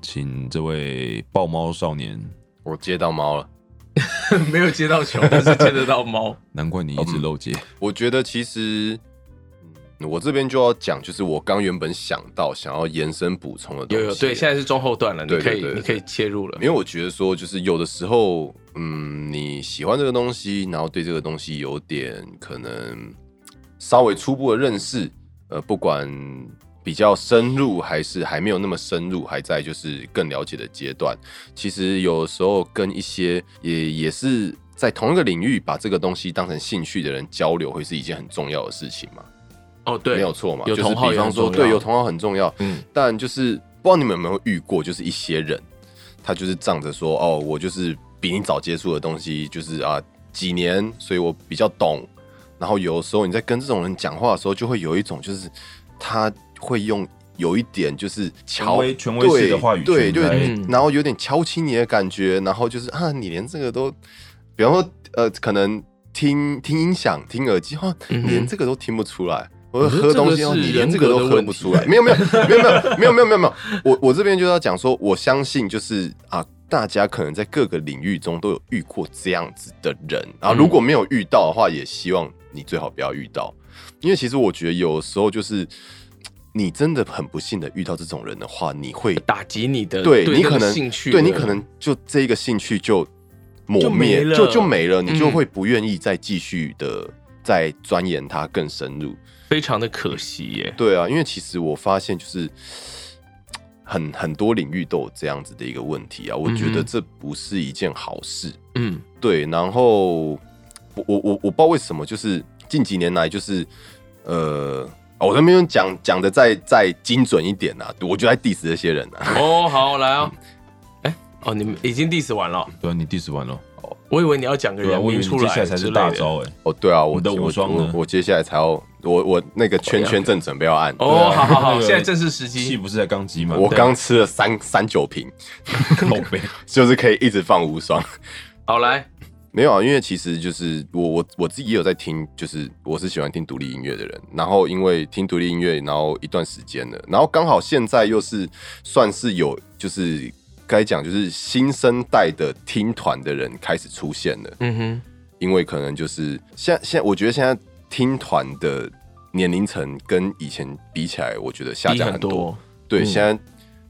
[SPEAKER 3] 请这位豹猫少年，
[SPEAKER 5] 我接到猫了。
[SPEAKER 4] 没有接到球，但是接得到猫。
[SPEAKER 3] 难怪你一
[SPEAKER 4] 哦嗯
[SPEAKER 3] 直漏接。
[SPEAKER 5] 我觉得其实，嗯我这边就要讲，就是我刚原本想到想要延伸补充的东
[SPEAKER 4] 有
[SPEAKER 5] 西。
[SPEAKER 4] 有，对，现在是中后段了，你
[SPEAKER 5] 对
[SPEAKER 4] 可以
[SPEAKER 5] 对对
[SPEAKER 4] 你可以切入了
[SPEAKER 5] 因。为我觉得说，就是有的时候，嗯，你喜欢这个东西，然后对这个东西有点可能稍微初步的认识，呃，不管比较深入还是还没有那么深入，还在就是更了解的阶段，其实有时候跟一些也也是在同一个领域把这个东西当成兴趣的人交流，会是一件很重要的事情嘛。
[SPEAKER 4] 哦，对，
[SPEAKER 5] 没有错嘛，
[SPEAKER 4] 有
[SPEAKER 5] 就是
[SPEAKER 4] 同好
[SPEAKER 5] 比
[SPEAKER 4] 也
[SPEAKER 5] 方
[SPEAKER 4] 很
[SPEAKER 5] 说，
[SPEAKER 4] 重
[SPEAKER 5] 对，
[SPEAKER 4] 要
[SPEAKER 5] 有同好很重要。
[SPEAKER 4] 嗯
[SPEAKER 5] 但就是不知道你们有没有遇过，就是一些人，他就是仗着说，哦，我就是比你早接触的东西，就是啊几年，所以我比较懂。然后有时候你在跟这种人讲话的时候，就会有一种就是他会用有一点就是
[SPEAKER 3] 权
[SPEAKER 5] 瞧
[SPEAKER 3] 威权威式的话语
[SPEAKER 5] 对对
[SPEAKER 3] 权来
[SPEAKER 5] 对
[SPEAKER 4] 嗯，
[SPEAKER 5] 然后有点瞧轻你的感觉，然后就是啊，你连这个都，比方说呃，可能听听音响、听耳机，哈、
[SPEAKER 4] 嗯
[SPEAKER 5] 你
[SPEAKER 4] 哼
[SPEAKER 5] 连这个都听不出来。我
[SPEAKER 4] 我觉
[SPEAKER 5] 说
[SPEAKER 4] 得
[SPEAKER 5] 喝
[SPEAKER 4] 这个
[SPEAKER 5] 东西哦，
[SPEAKER 4] 是
[SPEAKER 5] 你连
[SPEAKER 4] 人
[SPEAKER 5] 这个
[SPEAKER 4] 格
[SPEAKER 5] 都
[SPEAKER 4] 的
[SPEAKER 5] 喝
[SPEAKER 4] 问
[SPEAKER 5] 不
[SPEAKER 4] 题
[SPEAKER 5] 出来，没有没有没有没有没有没有没有没有，我我这边就要讲说，我相信就是啊，大家可能在各个领域中都有遇过这样子的人啊，
[SPEAKER 4] 嗯
[SPEAKER 5] 如果没有遇到的话，也希望你最好不要遇到，因为其实我觉得有时候就是你真的很不幸的遇到这种人的话，你会
[SPEAKER 4] 打击你的
[SPEAKER 5] 对
[SPEAKER 4] 对
[SPEAKER 5] 你
[SPEAKER 4] 这
[SPEAKER 5] 可
[SPEAKER 4] 个
[SPEAKER 5] 能
[SPEAKER 4] 兴趣的，
[SPEAKER 5] 对你可能就这个兴趣就抹
[SPEAKER 4] 就
[SPEAKER 5] 灭，
[SPEAKER 4] 没了
[SPEAKER 5] 就就没了，你就
[SPEAKER 4] 嗯
[SPEAKER 5] 会不愿意再继续的再钻研它更深入。
[SPEAKER 4] 非常的可惜耶。
[SPEAKER 5] 对啊，因为其实我发现就是很很多领域都有这样子的一个问题啊，我觉得
[SPEAKER 4] 嗯哼
[SPEAKER 5] 这不是一件好事。
[SPEAKER 4] 嗯，
[SPEAKER 5] 对，然后我我我我不知道为什么，就是近几年来就是呃。哦我这边讲讲的再再精准一点啊，我就在 diss 这些人啊。
[SPEAKER 4] 哦，好，来哦，哎，哦，你们已经 diss 完了，
[SPEAKER 3] 对啊，你 diss 完了，
[SPEAKER 4] 我以为你要讲个
[SPEAKER 3] 对啊，
[SPEAKER 4] 人
[SPEAKER 3] 我以
[SPEAKER 4] 名
[SPEAKER 3] 为你
[SPEAKER 4] 出
[SPEAKER 3] 接
[SPEAKER 4] 来
[SPEAKER 3] 下来才
[SPEAKER 4] 之
[SPEAKER 3] 是
[SPEAKER 4] 类
[SPEAKER 3] 大
[SPEAKER 4] 的。
[SPEAKER 3] 招哎，
[SPEAKER 5] 哦，对啊，我
[SPEAKER 3] 你的
[SPEAKER 5] 我
[SPEAKER 3] 无双
[SPEAKER 5] 我
[SPEAKER 3] 呢
[SPEAKER 5] 我接下来才要我我那个圈圈正准备要按，
[SPEAKER 4] 哦，好好
[SPEAKER 3] 那
[SPEAKER 4] 好，
[SPEAKER 3] 个
[SPEAKER 4] 现在正是时
[SPEAKER 3] 气
[SPEAKER 4] 机。
[SPEAKER 3] 不是才刚积满，
[SPEAKER 5] 我刚吃了三三九瓶，
[SPEAKER 3] 啊靠背，
[SPEAKER 5] 就是可以一直放无双。
[SPEAKER 3] 嗯
[SPEAKER 4] 好，来，
[SPEAKER 5] 没有啊，因为其实就是我我我自己也有在听，就是我是喜欢听独立音乐的人。然后因为听独立音乐，然后一段时间了，然后刚好现在又是算是有就是该讲就是新生代的听团的人开始出现了，
[SPEAKER 4] 嗯哼，
[SPEAKER 5] 因为可能就是现在现在我觉得现在听团的年龄层跟以前比起来，我觉得下
[SPEAKER 4] 低
[SPEAKER 5] 降
[SPEAKER 4] 很
[SPEAKER 5] 多。
[SPEAKER 4] 多，嗯
[SPEAKER 5] 对，现在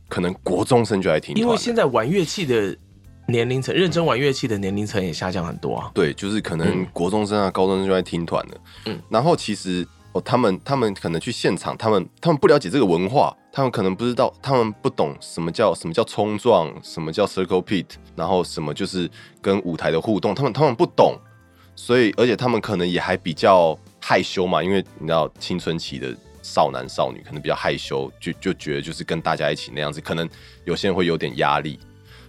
[SPEAKER 5] 可能国中生就来听团了，
[SPEAKER 4] 因为现在玩乐器的年龄层，认真玩乐器的年龄层也下降很多啊。
[SPEAKER 5] 对，就是可能国中生啊、高中生就在听团了。
[SPEAKER 4] 嗯
[SPEAKER 5] 然后其实哦，他们他们可能去现场，他们他们不了解这个文化，他们可能不知道，他们不懂什么叫什么叫冲撞，什么叫 circle pit，然后什么就是跟舞台的互动，他们他们不懂，所以而且他们可能也还比较害羞嘛，因为你知道青春期的。少男少女可能比较害羞，就就觉得就是跟大家一起那样子，可能有些人会有点压力，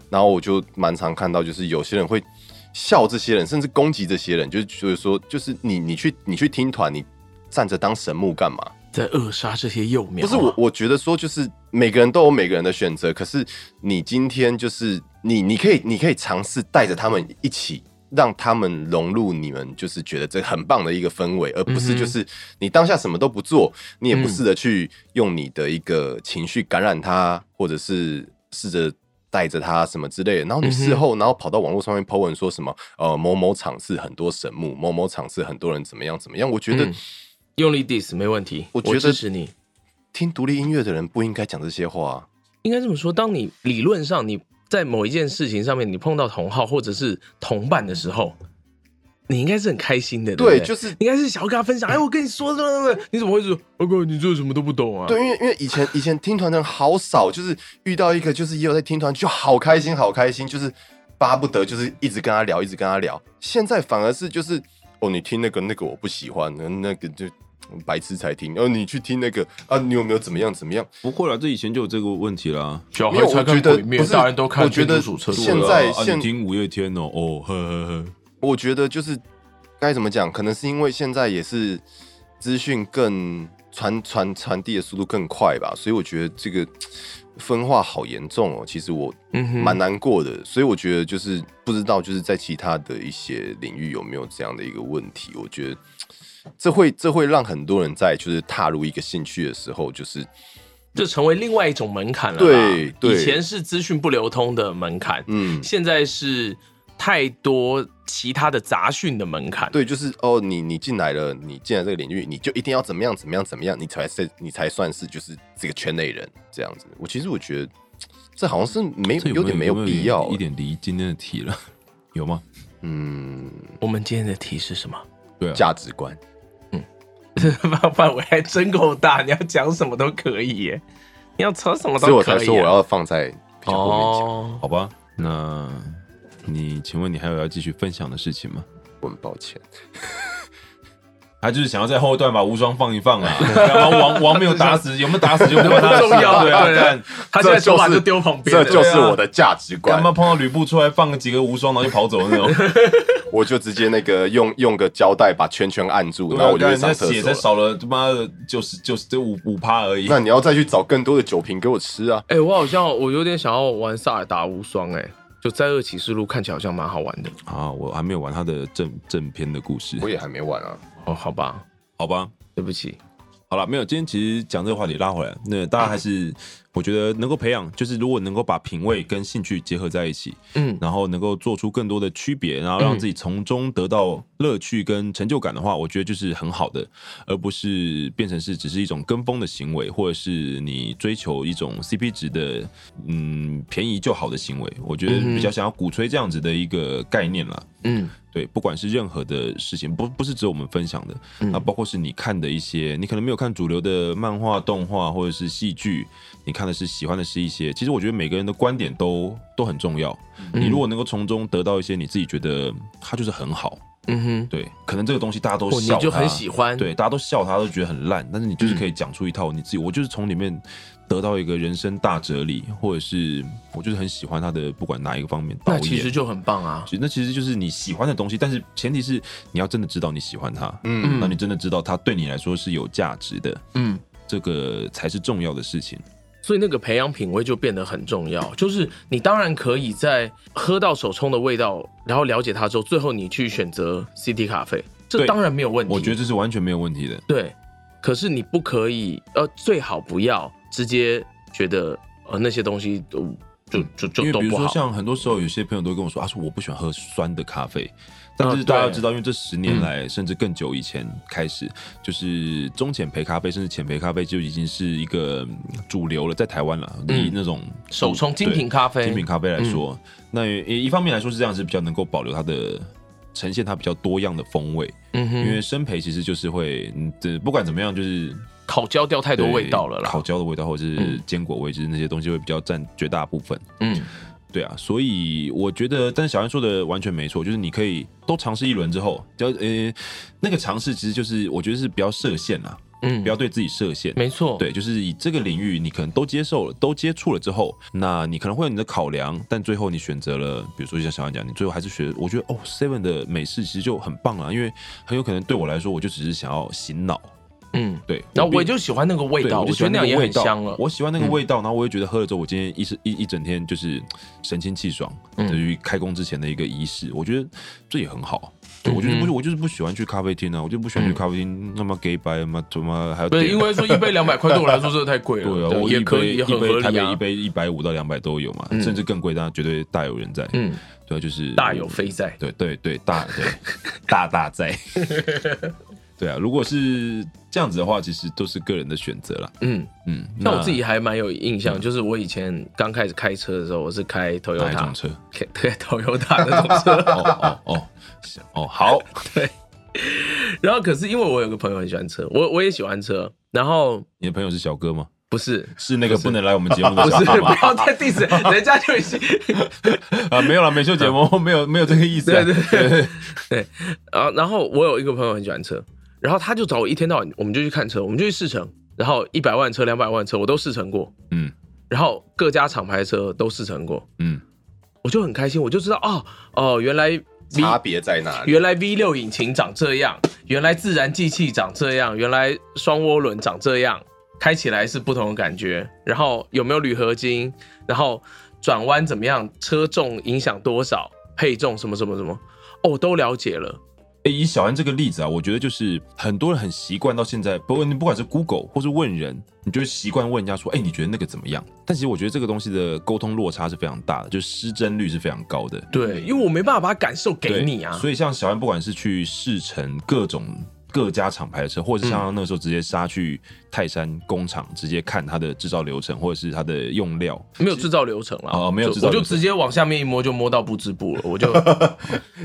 [SPEAKER 5] 然后我就蛮常看到，就是有些人会笑这些人，甚至攻击这些人，就是就是说，就是你你去你去听团，你站着当神木干嘛？
[SPEAKER 4] 在扼杀这些幼苗啊。
[SPEAKER 5] 不是我，我觉得说就是每个人都有每个人的选择，可是你今天就是你，你可以你可以尝试带着他们一起，让他们融入你们，就是觉得这很棒的一个氛围，而不是
[SPEAKER 4] 嗯哼
[SPEAKER 5] 就是你当下什么都不做，你也不试着去用你的一个情绪感染他，或者是试着。带着他什么之类的，然后你
[SPEAKER 4] 嗯
[SPEAKER 5] 事后，然后跑到网络上面 po 文说什么，呃，某某场次很多神木，某某场次很多人怎么样怎么样，我觉得
[SPEAKER 4] 嗯用力 diss 没问题，我
[SPEAKER 5] 我觉得
[SPEAKER 4] 支持你。
[SPEAKER 5] 听独立音乐的人不应该讲这些话啊、
[SPEAKER 4] 应该这么说，当你理论上你在某一件事情上面你碰到同好或者是同伴的时候，你应该是很开心的，
[SPEAKER 5] 对
[SPEAKER 4] 不
[SPEAKER 5] 就是
[SPEAKER 4] 你应该是想要跟他分享。哎，我跟你说，对对对，你怎么会说？二哥，你这什么都不懂啊？
[SPEAKER 5] 对，因为因为以前以前听团的人好少，就是遇到一个就是也有在听团，就好开心好开心，就是巴不得就是一直跟他聊，一直跟他聊。现在反而是就是哦，你听那个那个我不喜欢，那那个就白痴才听。哦，你去听那个啊，你有没有怎么样怎么样？
[SPEAKER 3] 不会啦，这以前就有这个问题啦。
[SPEAKER 4] 小
[SPEAKER 5] 没有，我觉得不是，我觉得现在
[SPEAKER 3] 啊，
[SPEAKER 5] 现
[SPEAKER 3] 你听五月天哦，哦呵呵呵，
[SPEAKER 5] 我觉得就是该怎么讲，可能是因为现在也是资讯更传传传递的速度更快吧，所以我觉得这个分化好严重哦。其实我
[SPEAKER 4] 嗯哼
[SPEAKER 5] 蛮难过的，所以我觉得就是不知道就是在其他的一些领域有没有这样的一个问题。我觉得这会这会让很多人在就是踏入一个兴趣的时候，就是
[SPEAKER 4] 就成为另外一种门槛了啦。
[SPEAKER 5] 对对
[SPEAKER 4] 以前是资讯不流通的门槛，
[SPEAKER 5] 嗯，
[SPEAKER 4] 现在是太多其他的杂讯的门槛。
[SPEAKER 5] 对，就是哦，你你进来了，你进来这个领域，你就一定要怎么样怎么样怎么样，你才是你才算是就是这个圈内人这样子。我其实我觉得这好像是没
[SPEAKER 3] 这
[SPEAKER 5] 有点没
[SPEAKER 3] 有
[SPEAKER 5] 必要
[SPEAKER 3] 一点离今天的题了， 有吗？
[SPEAKER 5] 嗯
[SPEAKER 4] 我们今天的题是什么？
[SPEAKER 3] 对啊，
[SPEAKER 5] 价值观。
[SPEAKER 4] 范范围还真够大，你要讲什么都可以耶，你要扯什么都
[SPEAKER 5] 所以我
[SPEAKER 4] 可以、啊。
[SPEAKER 5] 才说我要放在比较后面讲。
[SPEAKER 4] 哦，
[SPEAKER 3] 好吧，那你请问你还有要继续分享的事情吗？
[SPEAKER 5] 我很抱歉，
[SPEAKER 3] 他就是想要在后段把无双放一 放啊，然后王王没有打死，有没有打死就不关他的
[SPEAKER 4] 重
[SPEAKER 3] 事
[SPEAKER 4] 要
[SPEAKER 3] 对啊，
[SPEAKER 4] 对
[SPEAKER 3] 干
[SPEAKER 4] 他现在
[SPEAKER 5] 这
[SPEAKER 4] 手
[SPEAKER 5] 就
[SPEAKER 4] 把
[SPEAKER 5] 是
[SPEAKER 4] 就丢旁边
[SPEAKER 5] 这
[SPEAKER 4] 了，
[SPEAKER 5] 就是我的价值观
[SPEAKER 3] 啊干嘛。碰到吕布出来放几个无双，然后就跑走那种？
[SPEAKER 5] 我就直接那个用用个胶带把圈圈按住，然后我就
[SPEAKER 3] 对
[SPEAKER 5] 会
[SPEAKER 3] 啊干
[SPEAKER 5] 上
[SPEAKER 3] 那
[SPEAKER 5] 厕
[SPEAKER 3] 血才
[SPEAKER 5] 所了。
[SPEAKER 3] 少了他妈的九十九十这五五趴而已。
[SPEAKER 5] 那你要再去找更多的酒瓶给我吃啊！
[SPEAKER 4] 哎、我好像我有点想要玩萨尔达无双、哎，就在恶启示录看起来好像蛮好玩的。
[SPEAKER 3] 啊，我还没有玩他的正正片的故事
[SPEAKER 5] 我，也还没玩啊，
[SPEAKER 4] 哦，好吧，
[SPEAKER 3] 好吧？
[SPEAKER 4] 对不起，
[SPEAKER 3] 好了，没有。今天其实讲这个话题拉回来，那大家还是我觉得能够培养，就是如果能够把品味跟兴趣结合在一起，
[SPEAKER 4] 嗯
[SPEAKER 3] 然后能够做出更多的区别，然后让自己从中得到乐趣跟成就感的话，我觉得就是很好的，而不是变成是只是一种跟风的行为，或者是你追求一种 CP 值的嗯便宜就好的行为。我觉得比较想要鼓吹这样子的一个概念啦。
[SPEAKER 4] 嗯，
[SPEAKER 3] 对，不管是任何的事情，不不是只有我们分享的，
[SPEAKER 4] 嗯
[SPEAKER 3] 那包括是你看的一些，你可能没有看主流的漫画、动画或者是戏剧，你看的是喜欢的是一些，其实我觉得每个人的观点都都很重要。
[SPEAKER 4] 嗯
[SPEAKER 3] 你如果能够从中得到一些你自己觉得它就是很好，
[SPEAKER 4] 嗯哼，
[SPEAKER 3] 对，可能这个东西大家都
[SPEAKER 4] 哦，你
[SPEAKER 3] 笑它，
[SPEAKER 4] 就很喜欢，
[SPEAKER 3] 啊对，大家都笑他，都觉得很烂，但是你就是可以讲出一套你自己，我就是从里面得到一个人生大哲理，或者是我就是很喜欢他的，不管哪一个方面，
[SPEAKER 4] 那
[SPEAKER 3] 导演
[SPEAKER 4] 其实就很棒啊。
[SPEAKER 3] 其实那其实就是你喜欢的东西，但是前提是你要真的知道你喜欢它，
[SPEAKER 5] 嗯
[SPEAKER 3] 那你真的知道它对你来说是有价值的，
[SPEAKER 4] 嗯，
[SPEAKER 3] 这个才是重要的事情。
[SPEAKER 4] 所以那个培养品味就变得很重要。就是你当然可以在喝到手冲的味道，然后了解它之后，最后你去选择 CT 咖啡，这
[SPEAKER 3] 对
[SPEAKER 4] 当然没有问题。
[SPEAKER 3] 我觉得这是完全没有问题的。
[SPEAKER 4] 对，可是你不可以，呃，最好不要直接觉得呃那些东西都就就
[SPEAKER 3] 因
[SPEAKER 4] 就
[SPEAKER 3] 为
[SPEAKER 4] 都
[SPEAKER 3] 比如
[SPEAKER 4] 不
[SPEAKER 3] 说，
[SPEAKER 4] 好。
[SPEAKER 3] 像很多时候有些朋友都会跟我说，啊，说我不喜欢喝酸的咖啡。但
[SPEAKER 4] 啊
[SPEAKER 3] 是大家
[SPEAKER 4] 对嗯
[SPEAKER 3] 要知道，因为这十年来，甚至更久以前开始，就是中浅焙咖啡，甚至浅焙咖啡就已经是一个嗯主流了，在台湾了。
[SPEAKER 4] 嗯
[SPEAKER 3] 以那种
[SPEAKER 4] 手冲精
[SPEAKER 3] 对
[SPEAKER 4] 品咖啡，
[SPEAKER 3] 精品咖啡来说，
[SPEAKER 4] 嗯
[SPEAKER 3] 那一一方面来说是这样，是比较能够保留它的呈现它比较多样的风味，
[SPEAKER 4] 嗯
[SPEAKER 3] 因
[SPEAKER 4] 哼，
[SPEAKER 3] 为生培其实就是会，嗯，这不管怎么样，就是
[SPEAKER 4] 烤焦掉太
[SPEAKER 3] 太
[SPEAKER 4] 多味道了啦。
[SPEAKER 3] 烤焦的味道或者是
[SPEAKER 4] 嗯
[SPEAKER 3] 坚果味，就是那些东西会比较占绝大部分。
[SPEAKER 4] 嗯
[SPEAKER 3] 对啊，所以我觉得，但是小安说的完全没错，就是你可以都尝试一轮之后，只要呃，那个尝试其实就是我觉得是不要设限啦，
[SPEAKER 4] 嗯，
[SPEAKER 3] 不要对自己设限，
[SPEAKER 4] 没错，，
[SPEAKER 3] 对，就是以这个领域，你可能都接受了，都接触了之后，那你可能会有你的考量，但最后你选择了，比如说就像小安讲，你最后还是学，我觉得哦，Seven 的美式其实就很棒啊，因为很有可能对我来说，我就只是想要醒脑，
[SPEAKER 4] 嗯，
[SPEAKER 3] 对，
[SPEAKER 4] 然后我也
[SPEAKER 3] 并
[SPEAKER 4] 就喜欢那个味
[SPEAKER 3] 对
[SPEAKER 4] 道，
[SPEAKER 3] 我就
[SPEAKER 4] 觉
[SPEAKER 3] 喜
[SPEAKER 4] 得那样
[SPEAKER 3] 欢个
[SPEAKER 4] 也
[SPEAKER 3] 味
[SPEAKER 4] 很
[SPEAKER 3] 道，
[SPEAKER 4] 香啊嗯了。
[SPEAKER 3] 我喜欢那个味道，然后我也觉得喝了之后，我今天一是一一整天就是神清气爽，
[SPEAKER 4] 嗯
[SPEAKER 3] 等于开工之前的一个仪式，我觉得这也很好。对，我就是不是我就是不喜欢去咖啡厅啊，我就不喜欢去
[SPEAKER 4] 嗯
[SPEAKER 3] 咖啡厅，那么 gay 白，妈他妈还要
[SPEAKER 4] 不是
[SPEAKER 3] 点
[SPEAKER 4] 因为说一杯两百块对我来说真的太贵了，
[SPEAKER 3] 对啊，我
[SPEAKER 4] 也
[SPEAKER 3] 一
[SPEAKER 4] 可
[SPEAKER 3] 杯
[SPEAKER 4] 以也
[SPEAKER 3] 一
[SPEAKER 4] 很合
[SPEAKER 3] 杯台
[SPEAKER 4] 理
[SPEAKER 3] 北
[SPEAKER 4] 啊
[SPEAKER 3] 一。杯一百五到两百都有嘛，
[SPEAKER 4] 嗯
[SPEAKER 3] 甚至更贵，但绝对大有人在。
[SPEAKER 4] 嗯，
[SPEAKER 3] 对啊，就是
[SPEAKER 4] 大有飞在。
[SPEAKER 3] 对对对，大对大 大在。对啊，如果是这样子的话，其实都是个人的选择了。
[SPEAKER 4] 嗯，
[SPEAKER 3] 嗯，
[SPEAKER 4] 那我自己还蛮有印象，就是我以前刚开始开车的时候，我是开
[SPEAKER 3] 哪一种
[SPEAKER 4] Toyota，
[SPEAKER 3] 车？
[SPEAKER 4] 开 开 Toyota 那种车，
[SPEAKER 3] 哦哦哦哦，好，
[SPEAKER 4] 然后可是因为我有个朋友很喜欢车，我我也喜欢车，然后
[SPEAKER 3] 你的朋友是小哥吗？
[SPEAKER 4] 不 是。
[SPEAKER 3] 是那个不能来我们节目
[SPEAKER 4] 不
[SPEAKER 3] 的
[SPEAKER 4] 是，
[SPEAKER 3] 小
[SPEAKER 4] 不
[SPEAKER 3] 哥吗？
[SPEAKER 4] 要再 diss，人家就已经
[SPEAKER 3] 啊，没有了，美秀节目没有没有这个意思啊。
[SPEAKER 4] 对对对对。然后然后我有一个朋友很喜欢车，然后他就找我一天到晚，我们就去看车，我们就去试乘，然后一百万车、两百万车我都试乘过，
[SPEAKER 3] 嗯
[SPEAKER 4] 然后各家厂牌车都试乘过，
[SPEAKER 3] 嗯
[SPEAKER 4] 我就很开心，我就知道哦哦，原来
[SPEAKER 5] 差别在哪里？
[SPEAKER 4] 原来 V 六引擎长这样，原来自然进气长这样，原来双涡轮长这样，开起来是不同的感觉。然后有没有铝合金？然后转弯怎么样？车重影响多少？配重什么什么什么？哦，都了解了。
[SPEAKER 3] 诶，以小安这个例子啊，我觉得就是很多人很习惯到现在，不论不管是 Google 或是问人，你就会习惯问人家说，哎，你觉得那个怎么样？但其实我觉得这个东西的沟通落差是非常大的，就是失真率是非常高的。
[SPEAKER 4] 对，因为我没办法把感受给
[SPEAKER 3] 对
[SPEAKER 4] 你啊。
[SPEAKER 3] 所以像小安，不管是去试乘各种各家厂牌的车，或者是
[SPEAKER 4] 嗯
[SPEAKER 3] 像他那个时候直接杀去泰山工厂，直接看它的制造流程或者是它的用料，
[SPEAKER 4] 没有制造流程了
[SPEAKER 3] 哦没有制造
[SPEAKER 4] 我就
[SPEAKER 3] 流程
[SPEAKER 4] 直接往下面一摸就摸到布织布了，我 就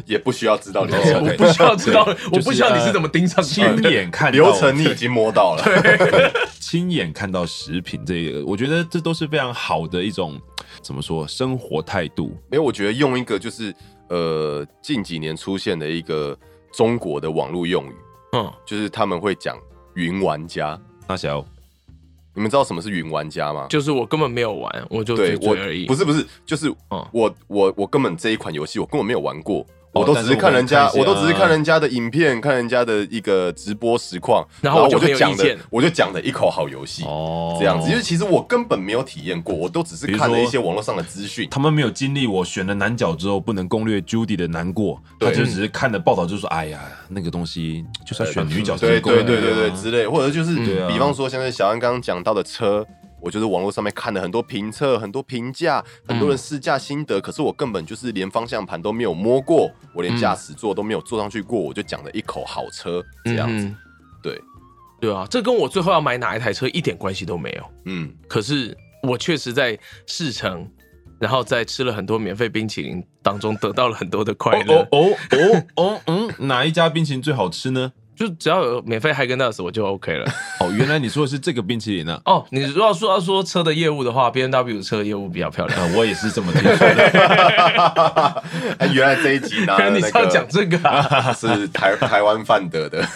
[SPEAKER 5] 也不需要知道流
[SPEAKER 3] 哦
[SPEAKER 5] 程
[SPEAKER 4] 我
[SPEAKER 3] ，OK
[SPEAKER 4] 不需要知道，我
[SPEAKER 3] 就
[SPEAKER 4] 不
[SPEAKER 3] 是呃
[SPEAKER 4] 需
[SPEAKER 3] 啊
[SPEAKER 4] 要你是怎么盯上去
[SPEAKER 3] 亲
[SPEAKER 4] 的。
[SPEAKER 3] 眼看到
[SPEAKER 5] 流程你已经摸到了。
[SPEAKER 3] 亲眼看到食品这个，我觉得这都是非常好的一种怎么说生活态度。
[SPEAKER 5] 没有，我觉得用一个就是呃近几年出现的一个中国的网络用语，
[SPEAKER 4] 嗯，
[SPEAKER 5] 就是他们会讲云玩家。
[SPEAKER 3] 那小欧
[SPEAKER 5] 你们知道什么是云玩家吗？
[SPEAKER 4] 就是我根本没有玩，我就
[SPEAKER 5] 对
[SPEAKER 4] 嘴
[SPEAKER 5] 我
[SPEAKER 4] 嘴而已。
[SPEAKER 5] 不是不是，就是
[SPEAKER 4] 嗯
[SPEAKER 5] 我、我我根本这一款游戏我根本没有玩过。
[SPEAKER 3] 哦
[SPEAKER 5] 我都只是看人家，
[SPEAKER 3] 但是
[SPEAKER 5] 我
[SPEAKER 3] 我们看一下
[SPEAKER 5] 都只是看人家的影片，看人家的一个直播实况，
[SPEAKER 4] 然后
[SPEAKER 5] 后
[SPEAKER 4] 我就
[SPEAKER 5] 我
[SPEAKER 4] 很有
[SPEAKER 5] 讲
[SPEAKER 4] 意见
[SPEAKER 5] 的，我就讲的一口好游戏，
[SPEAKER 3] 哦
[SPEAKER 5] 这样子。因为其实我根本没有体验过，我都只是
[SPEAKER 3] 比如
[SPEAKER 5] 看了
[SPEAKER 3] 说
[SPEAKER 5] 一些网络上的资讯。
[SPEAKER 3] 他们没有经历我选了男角之后不能攻略 Judy 的难过，他
[SPEAKER 5] 对
[SPEAKER 3] 就只是看了报道就说，哎呀，那个东西就是要选女角才
[SPEAKER 5] 对
[SPEAKER 3] 能攻略
[SPEAKER 5] 对
[SPEAKER 3] 啊。
[SPEAKER 5] 对对对之类，或者就是
[SPEAKER 3] 对啊
[SPEAKER 5] 比方说，像是小安刚刚讲到的车，我就是网络上面看了很多评测、很多评价，很多人试驾心得，可是我根本就是连方向盘都没有摸过，我连驾驶座都没有坐上去过，我就讲了一口好车这样子。
[SPEAKER 4] 嗯
[SPEAKER 5] 对，
[SPEAKER 4] 对啊，这跟我最后要买哪一台车一点关系都没有。
[SPEAKER 5] 嗯，
[SPEAKER 4] 可是我确实在试乘，然后在吃了很多免费冰淇淋当中得到了很多的快乐。
[SPEAKER 3] 哦哦哦哦，嗯，哪一家冰淇淋最好吃呢？
[SPEAKER 4] 就只要有免费 h 跟 g 斯，我就 OK 了。。
[SPEAKER 3] 哦，原来你说的是这个冰淇淋啊
[SPEAKER 4] 哦，你如果说要说车的业务的话，B N W 车的业务比较漂亮。
[SPEAKER 3] 啊，我也是这么听说 的。
[SPEAKER 5] 哎原来这一集拿 了
[SPEAKER 4] 你
[SPEAKER 5] 那
[SPEAKER 4] 是要讲
[SPEAKER 5] 个
[SPEAKER 4] 这个啊？
[SPEAKER 5] 是台台湾范德的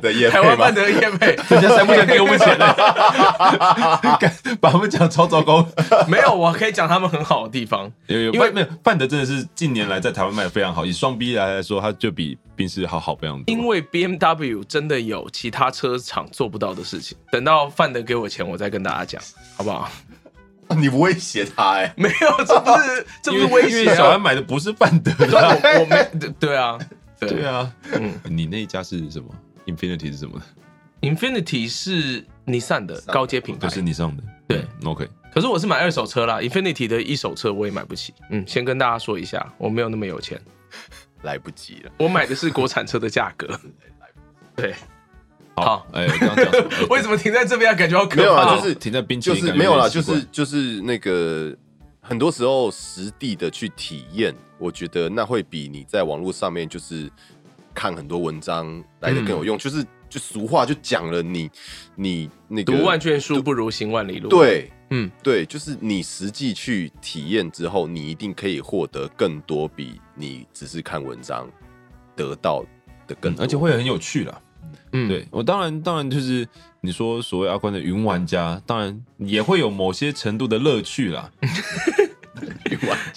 [SPEAKER 5] 的业
[SPEAKER 4] 台
[SPEAKER 5] 配
[SPEAKER 4] 湾
[SPEAKER 5] 吗
[SPEAKER 4] 办？的业配，
[SPEAKER 3] 人家才不想给我们钱呢， 干把他们讲超糟糕。
[SPEAKER 4] 没有，我可以讲他们很好的地方。
[SPEAKER 3] 有有，
[SPEAKER 4] 因
[SPEAKER 3] 因
[SPEAKER 4] 为
[SPEAKER 3] 为没有范德真的是近年来在台湾卖的非常好，以双 B 来来说，它就比宾士好好非常多。
[SPEAKER 4] 因为 B M W 真的有其他车厂做不到的事情。等到范德给我钱，我再跟大家讲，好不好？
[SPEAKER 5] 你威胁他哎、
[SPEAKER 4] 没有，这不是这不
[SPEAKER 3] 因
[SPEAKER 4] 是
[SPEAKER 3] 为
[SPEAKER 4] 威
[SPEAKER 3] 因
[SPEAKER 4] 胁
[SPEAKER 3] 为小
[SPEAKER 4] 啊
[SPEAKER 3] 安！买的不是范德
[SPEAKER 4] 对
[SPEAKER 3] 的。
[SPEAKER 4] 啊我我没对对啊，
[SPEAKER 3] 对啊，
[SPEAKER 4] 嗯
[SPEAKER 3] 你那一家是什么？Infinity 是什么？
[SPEAKER 4] Infinity 是尼桑的高阶品牌
[SPEAKER 3] 都，是你上的。
[SPEAKER 4] 对
[SPEAKER 3] 嗯，OK。
[SPEAKER 4] 可是我是买二手车啦，Infinity 的一手车我也买不起。嗯，先跟大家说一下，我没有那么有钱，
[SPEAKER 5] 来不及了。
[SPEAKER 4] 我买的是国产车的价格。对，好，
[SPEAKER 3] 哎，刚刚讲什 么
[SPEAKER 4] 为什么停在这边啊感觉好可怕？
[SPEAKER 5] 没有啊，
[SPEAKER 3] 好
[SPEAKER 5] 就是
[SPEAKER 3] 停在冰淇
[SPEAKER 5] 就
[SPEAKER 3] 淋
[SPEAKER 5] 是
[SPEAKER 3] 感觉
[SPEAKER 5] 没有啦，
[SPEAKER 3] 很
[SPEAKER 5] 就
[SPEAKER 3] 奇怪
[SPEAKER 5] 是就是那个，很多时候实地的去体验，我觉得那会比你在网络上面就是看很多文章来的更有
[SPEAKER 3] 嗯
[SPEAKER 5] 用。就是就俗话就讲了你，你那个
[SPEAKER 4] 读万卷书不如行万里路。，嗯
[SPEAKER 5] 对，嗯，对，就是你实际去体验之后，你一定可以获得更多比你只是看文章得到的更
[SPEAKER 3] 嗯，
[SPEAKER 5] 多，
[SPEAKER 3] 而且会很有趣啦。
[SPEAKER 4] 嗯，
[SPEAKER 3] 对我当然当然就是你说所谓阿关的云玩家，当然也会有某些程度的乐趣啦。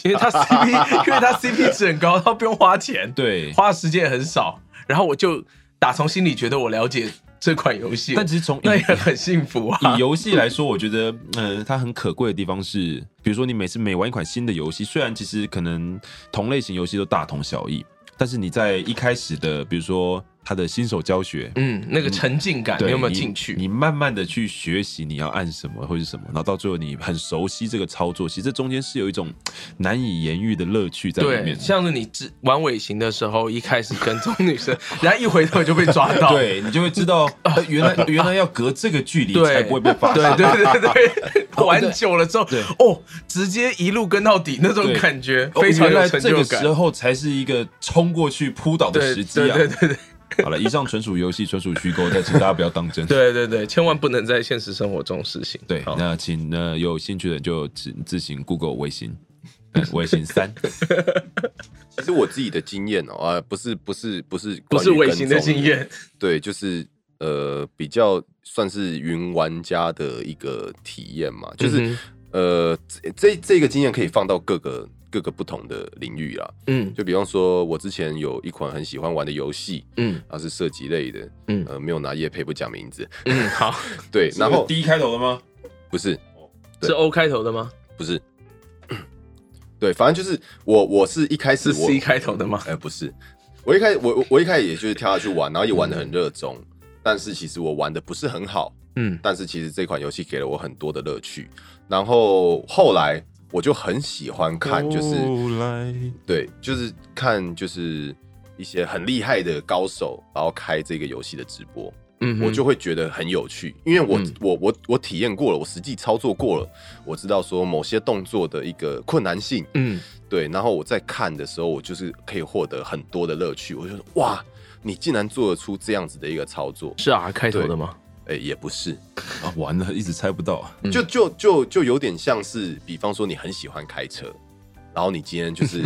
[SPEAKER 4] 因 为他 CP，因为他 CP 值很高，他不用花钱，
[SPEAKER 3] 对，
[SPEAKER 4] 花的时间也很少。然后我就打从心里觉得我了解这款游戏，
[SPEAKER 3] 但其实从
[SPEAKER 4] 那也很幸福啊。
[SPEAKER 3] 以游戏来说，我觉得，呃，它很可贵的地方是，比如说你每次每玩一款新的游戏，虽然其实可能同类型游戏都大同小异，但是你在一开始的，比如说它的新手教学，
[SPEAKER 4] 嗯，那个沉浸感，
[SPEAKER 3] 对
[SPEAKER 4] 你有没有进去？
[SPEAKER 3] 你？你慢慢的去学习你要按什么或是什么，然后到最后你很熟悉这个操作，其实这中间是有一种难以言喻的乐趣在里
[SPEAKER 4] 对，
[SPEAKER 3] 面。
[SPEAKER 4] 像是你只玩尾行的时候，一开始跟踪女生， 然后一回头就被抓到。
[SPEAKER 3] 对你就会知道，呃原来原来要隔这个距离
[SPEAKER 4] 对
[SPEAKER 3] 才不会被发现。
[SPEAKER 4] 对对 对对，玩久了之后
[SPEAKER 3] 哦对，
[SPEAKER 4] 哦，直接一路跟到底那种
[SPEAKER 3] 对
[SPEAKER 4] 感觉，
[SPEAKER 3] 哦
[SPEAKER 4] 非常
[SPEAKER 3] 原
[SPEAKER 4] 有
[SPEAKER 3] 来
[SPEAKER 4] 成
[SPEAKER 3] 这
[SPEAKER 4] 就
[SPEAKER 3] 个
[SPEAKER 4] 感
[SPEAKER 3] 时。候才是一个冲过去扑倒的
[SPEAKER 4] 对
[SPEAKER 3] 时
[SPEAKER 4] 对
[SPEAKER 3] 机啊！
[SPEAKER 4] 对对对
[SPEAKER 3] 好了，以上纯属游戏，纯属虚构，但请大家不要当真。
[SPEAKER 4] 对对对，千万不能在现实生活中实行。
[SPEAKER 3] 对
[SPEAKER 4] 好
[SPEAKER 3] 那请呃有兴趣的就自自行 Google 微信，呃微信三，
[SPEAKER 5] 其实我自己的经验哦、啊，不是不是不是
[SPEAKER 4] 不是
[SPEAKER 5] 关于
[SPEAKER 4] 尾
[SPEAKER 5] 跟
[SPEAKER 4] 行的
[SPEAKER 5] 踪
[SPEAKER 4] 经验，
[SPEAKER 5] 对，就是呃，比较算是云玩家的一个体验嘛，就是、
[SPEAKER 4] 嗯
[SPEAKER 5] 呃，这这这个经验可以放到各个各个不同的领域啦。
[SPEAKER 4] 嗯
[SPEAKER 5] 就比方说，我之前有一款很喜欢玩的游戏，
[SPEAKER 4] 嗯
[SPEAKER 5] 它是射击类的，
[SPEAKER 4] 嗯
[SPEAKER 5] 呃，没有拿叶配不讲名字，
[SPEAKER 4] 嗯， 好，
[SPEAKER 5] 对，然后
[SPEAKER 3] 第一开头的吗？
[SPEAKER 5] 不是对
[SPEAKER 4] 是 O 开头的吗？
[SPEAKER 5] 不是，对，反正就是我我是一开始
[SPEAKER 4] 是
[SPEAKER 5] 我
[SPEAKER 4] C 开头的吗？
[SPEAKER 5] 哎、不是，我一开始我我我一开始也就是跳下去玩，然后也玩的很热衷，但是其实我玩的不是很好，
[SPEAKER 4] 嗯
[SPEAKER 5] 但是其实这款游戏给了我很多的乐趣，然后后来我就很喜欢
[SPEAKER 4] 哦
[SPEAKER 5] 看，就是对，就是看就是一些很厉害的高手，然后开这个游戏的直播，
[SPEAKER 4] 嗯哼，
[SPEAKER 5] 我就会觉得很有趣，因为我、
[SPEAKER 4] 嗯
[SPEAKER 5] 我我我体验过了，我实际操作过了，我知道说某些动作的一个困难性，
[SPEAKER 4] 嗯
[SPEAKER 5] 对，然后我在看的时候，我就是可以获得很多的乐趣。我就说，哇，你竟然做得出这样子的一个操作，
[SPEAKER 4] 是 R 开头的吗？
[SPEAKER 5] 哎、也不是，
[SPEAKER 3] 啊，完了，一直猜不到。啊
[SPEAKER 4] 嗯
[SPEAKER 5] 就就就就有点像是，比方说你很喜欢开车，然后你今天就是，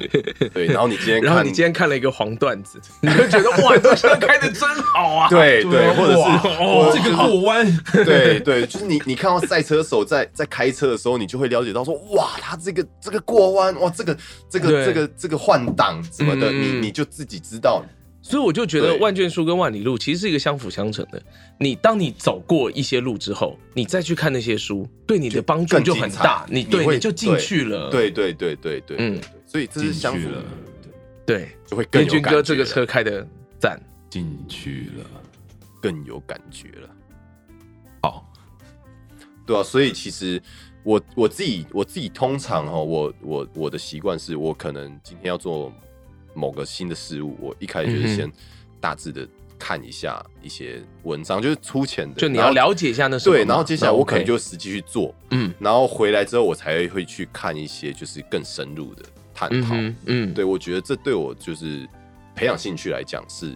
[SPEAKER 5] 对，然后你今天看，
[SPEAKER 4] 然后你今天看了一个黄段子，你就觉得 哇，这车开的真好啊！
[SPEAKER 5] 对对，或者
[SPEAKER 3] 哇
[SPEAKER 5] 是
[SPEAKER 3] 哦，这个过弯，
[SPEAKER 5] 对对，就是你你看到赛车手在在开车的时候，你就会了解到说，哇，他这个这个过弯，哇，这个这个
[SPEAKER 4] 对
[SPEAKER 5] 这个这个换挡什么的，
[SPEAKER 4] 嗯嗯嗯
[SPEAKER 5] 你你就自己知道，
[SPEAKER 4] 所以我就觉得
[SPEAKER 5] 对
[SPEAKER 4] 万卷书跟万里路其实是一个相辅相成的。你当你走过一些路之后，你再去看那些书，对你的帮助
[SPEAKER 5] 更
[SPEAKER 4] 就
[SPEAKER 5] 精
[SPEAKER 4] 很
[SPEAKER 5] 彩
[SPEAKER 4] 大。你
[SPEAKER 5] 你
[SPEAKER 4] 对，
[SPEAKER 5] 会
[SPEAKER 4] 你就进去了。
[SPEAKER 5] 对对对对对，
[SPEAKER 4] 呃嗯
[SPEAKER 5] 所以这是相
[SPEAKER 3] 进
[SPEAKER 5] 辅
[SPEAKER 3] 去了
[SPEAKER 4] 对，
[SPEAKER 5] 就会更
[SPEAKER 4] 燕
[SPEAKER 5] 有
[SPEAKER 4] 军
[SPEAKER 5] 感觉
[SPEAKER 4] 哥
[SPEAKER 5] 了
[SPEAKER 4] 这个车开的赞。
[SPEAKER 3] 进去了。
[SPEAKER 5] 更有感觉了。
[SPEAKER 3] 好，
[SPEAKER 5] 对啊，所以其实我我自己我自己通常哈，我我我的习惯是我可能今天要做某个新的事物，我一开
[SPEAKER 4] 嗯
[SPEAKER 5] 始就是先大致的看一下一些文章，就是粗浅的，
[SPEAKER 4] 就你
[SPEAKER 5] 然
[SPEAKER 4] 要
[SPEAKER 5] 后
[SPEAKER 4] 了解一下那什么嘛
[SPEAKER 5] 对，然后接下来
[SPEAKER 4] 那
[SPEAKER 5] 我可
[SPEAKER 4] OK
[SPEAKER 5] 能就实际去做，
[SPEAKER 4] 嗯
[SPEAKER 5] 然后回来之后我才会去看一些就是更深入的探
[SPEAKER 4] 嗯
[SPEAKER 5] 讨。
[SPEAKER 4] 哼嗯，
[SPEAKER 5] 对，我觉得这对我就是培养兴趣来讲是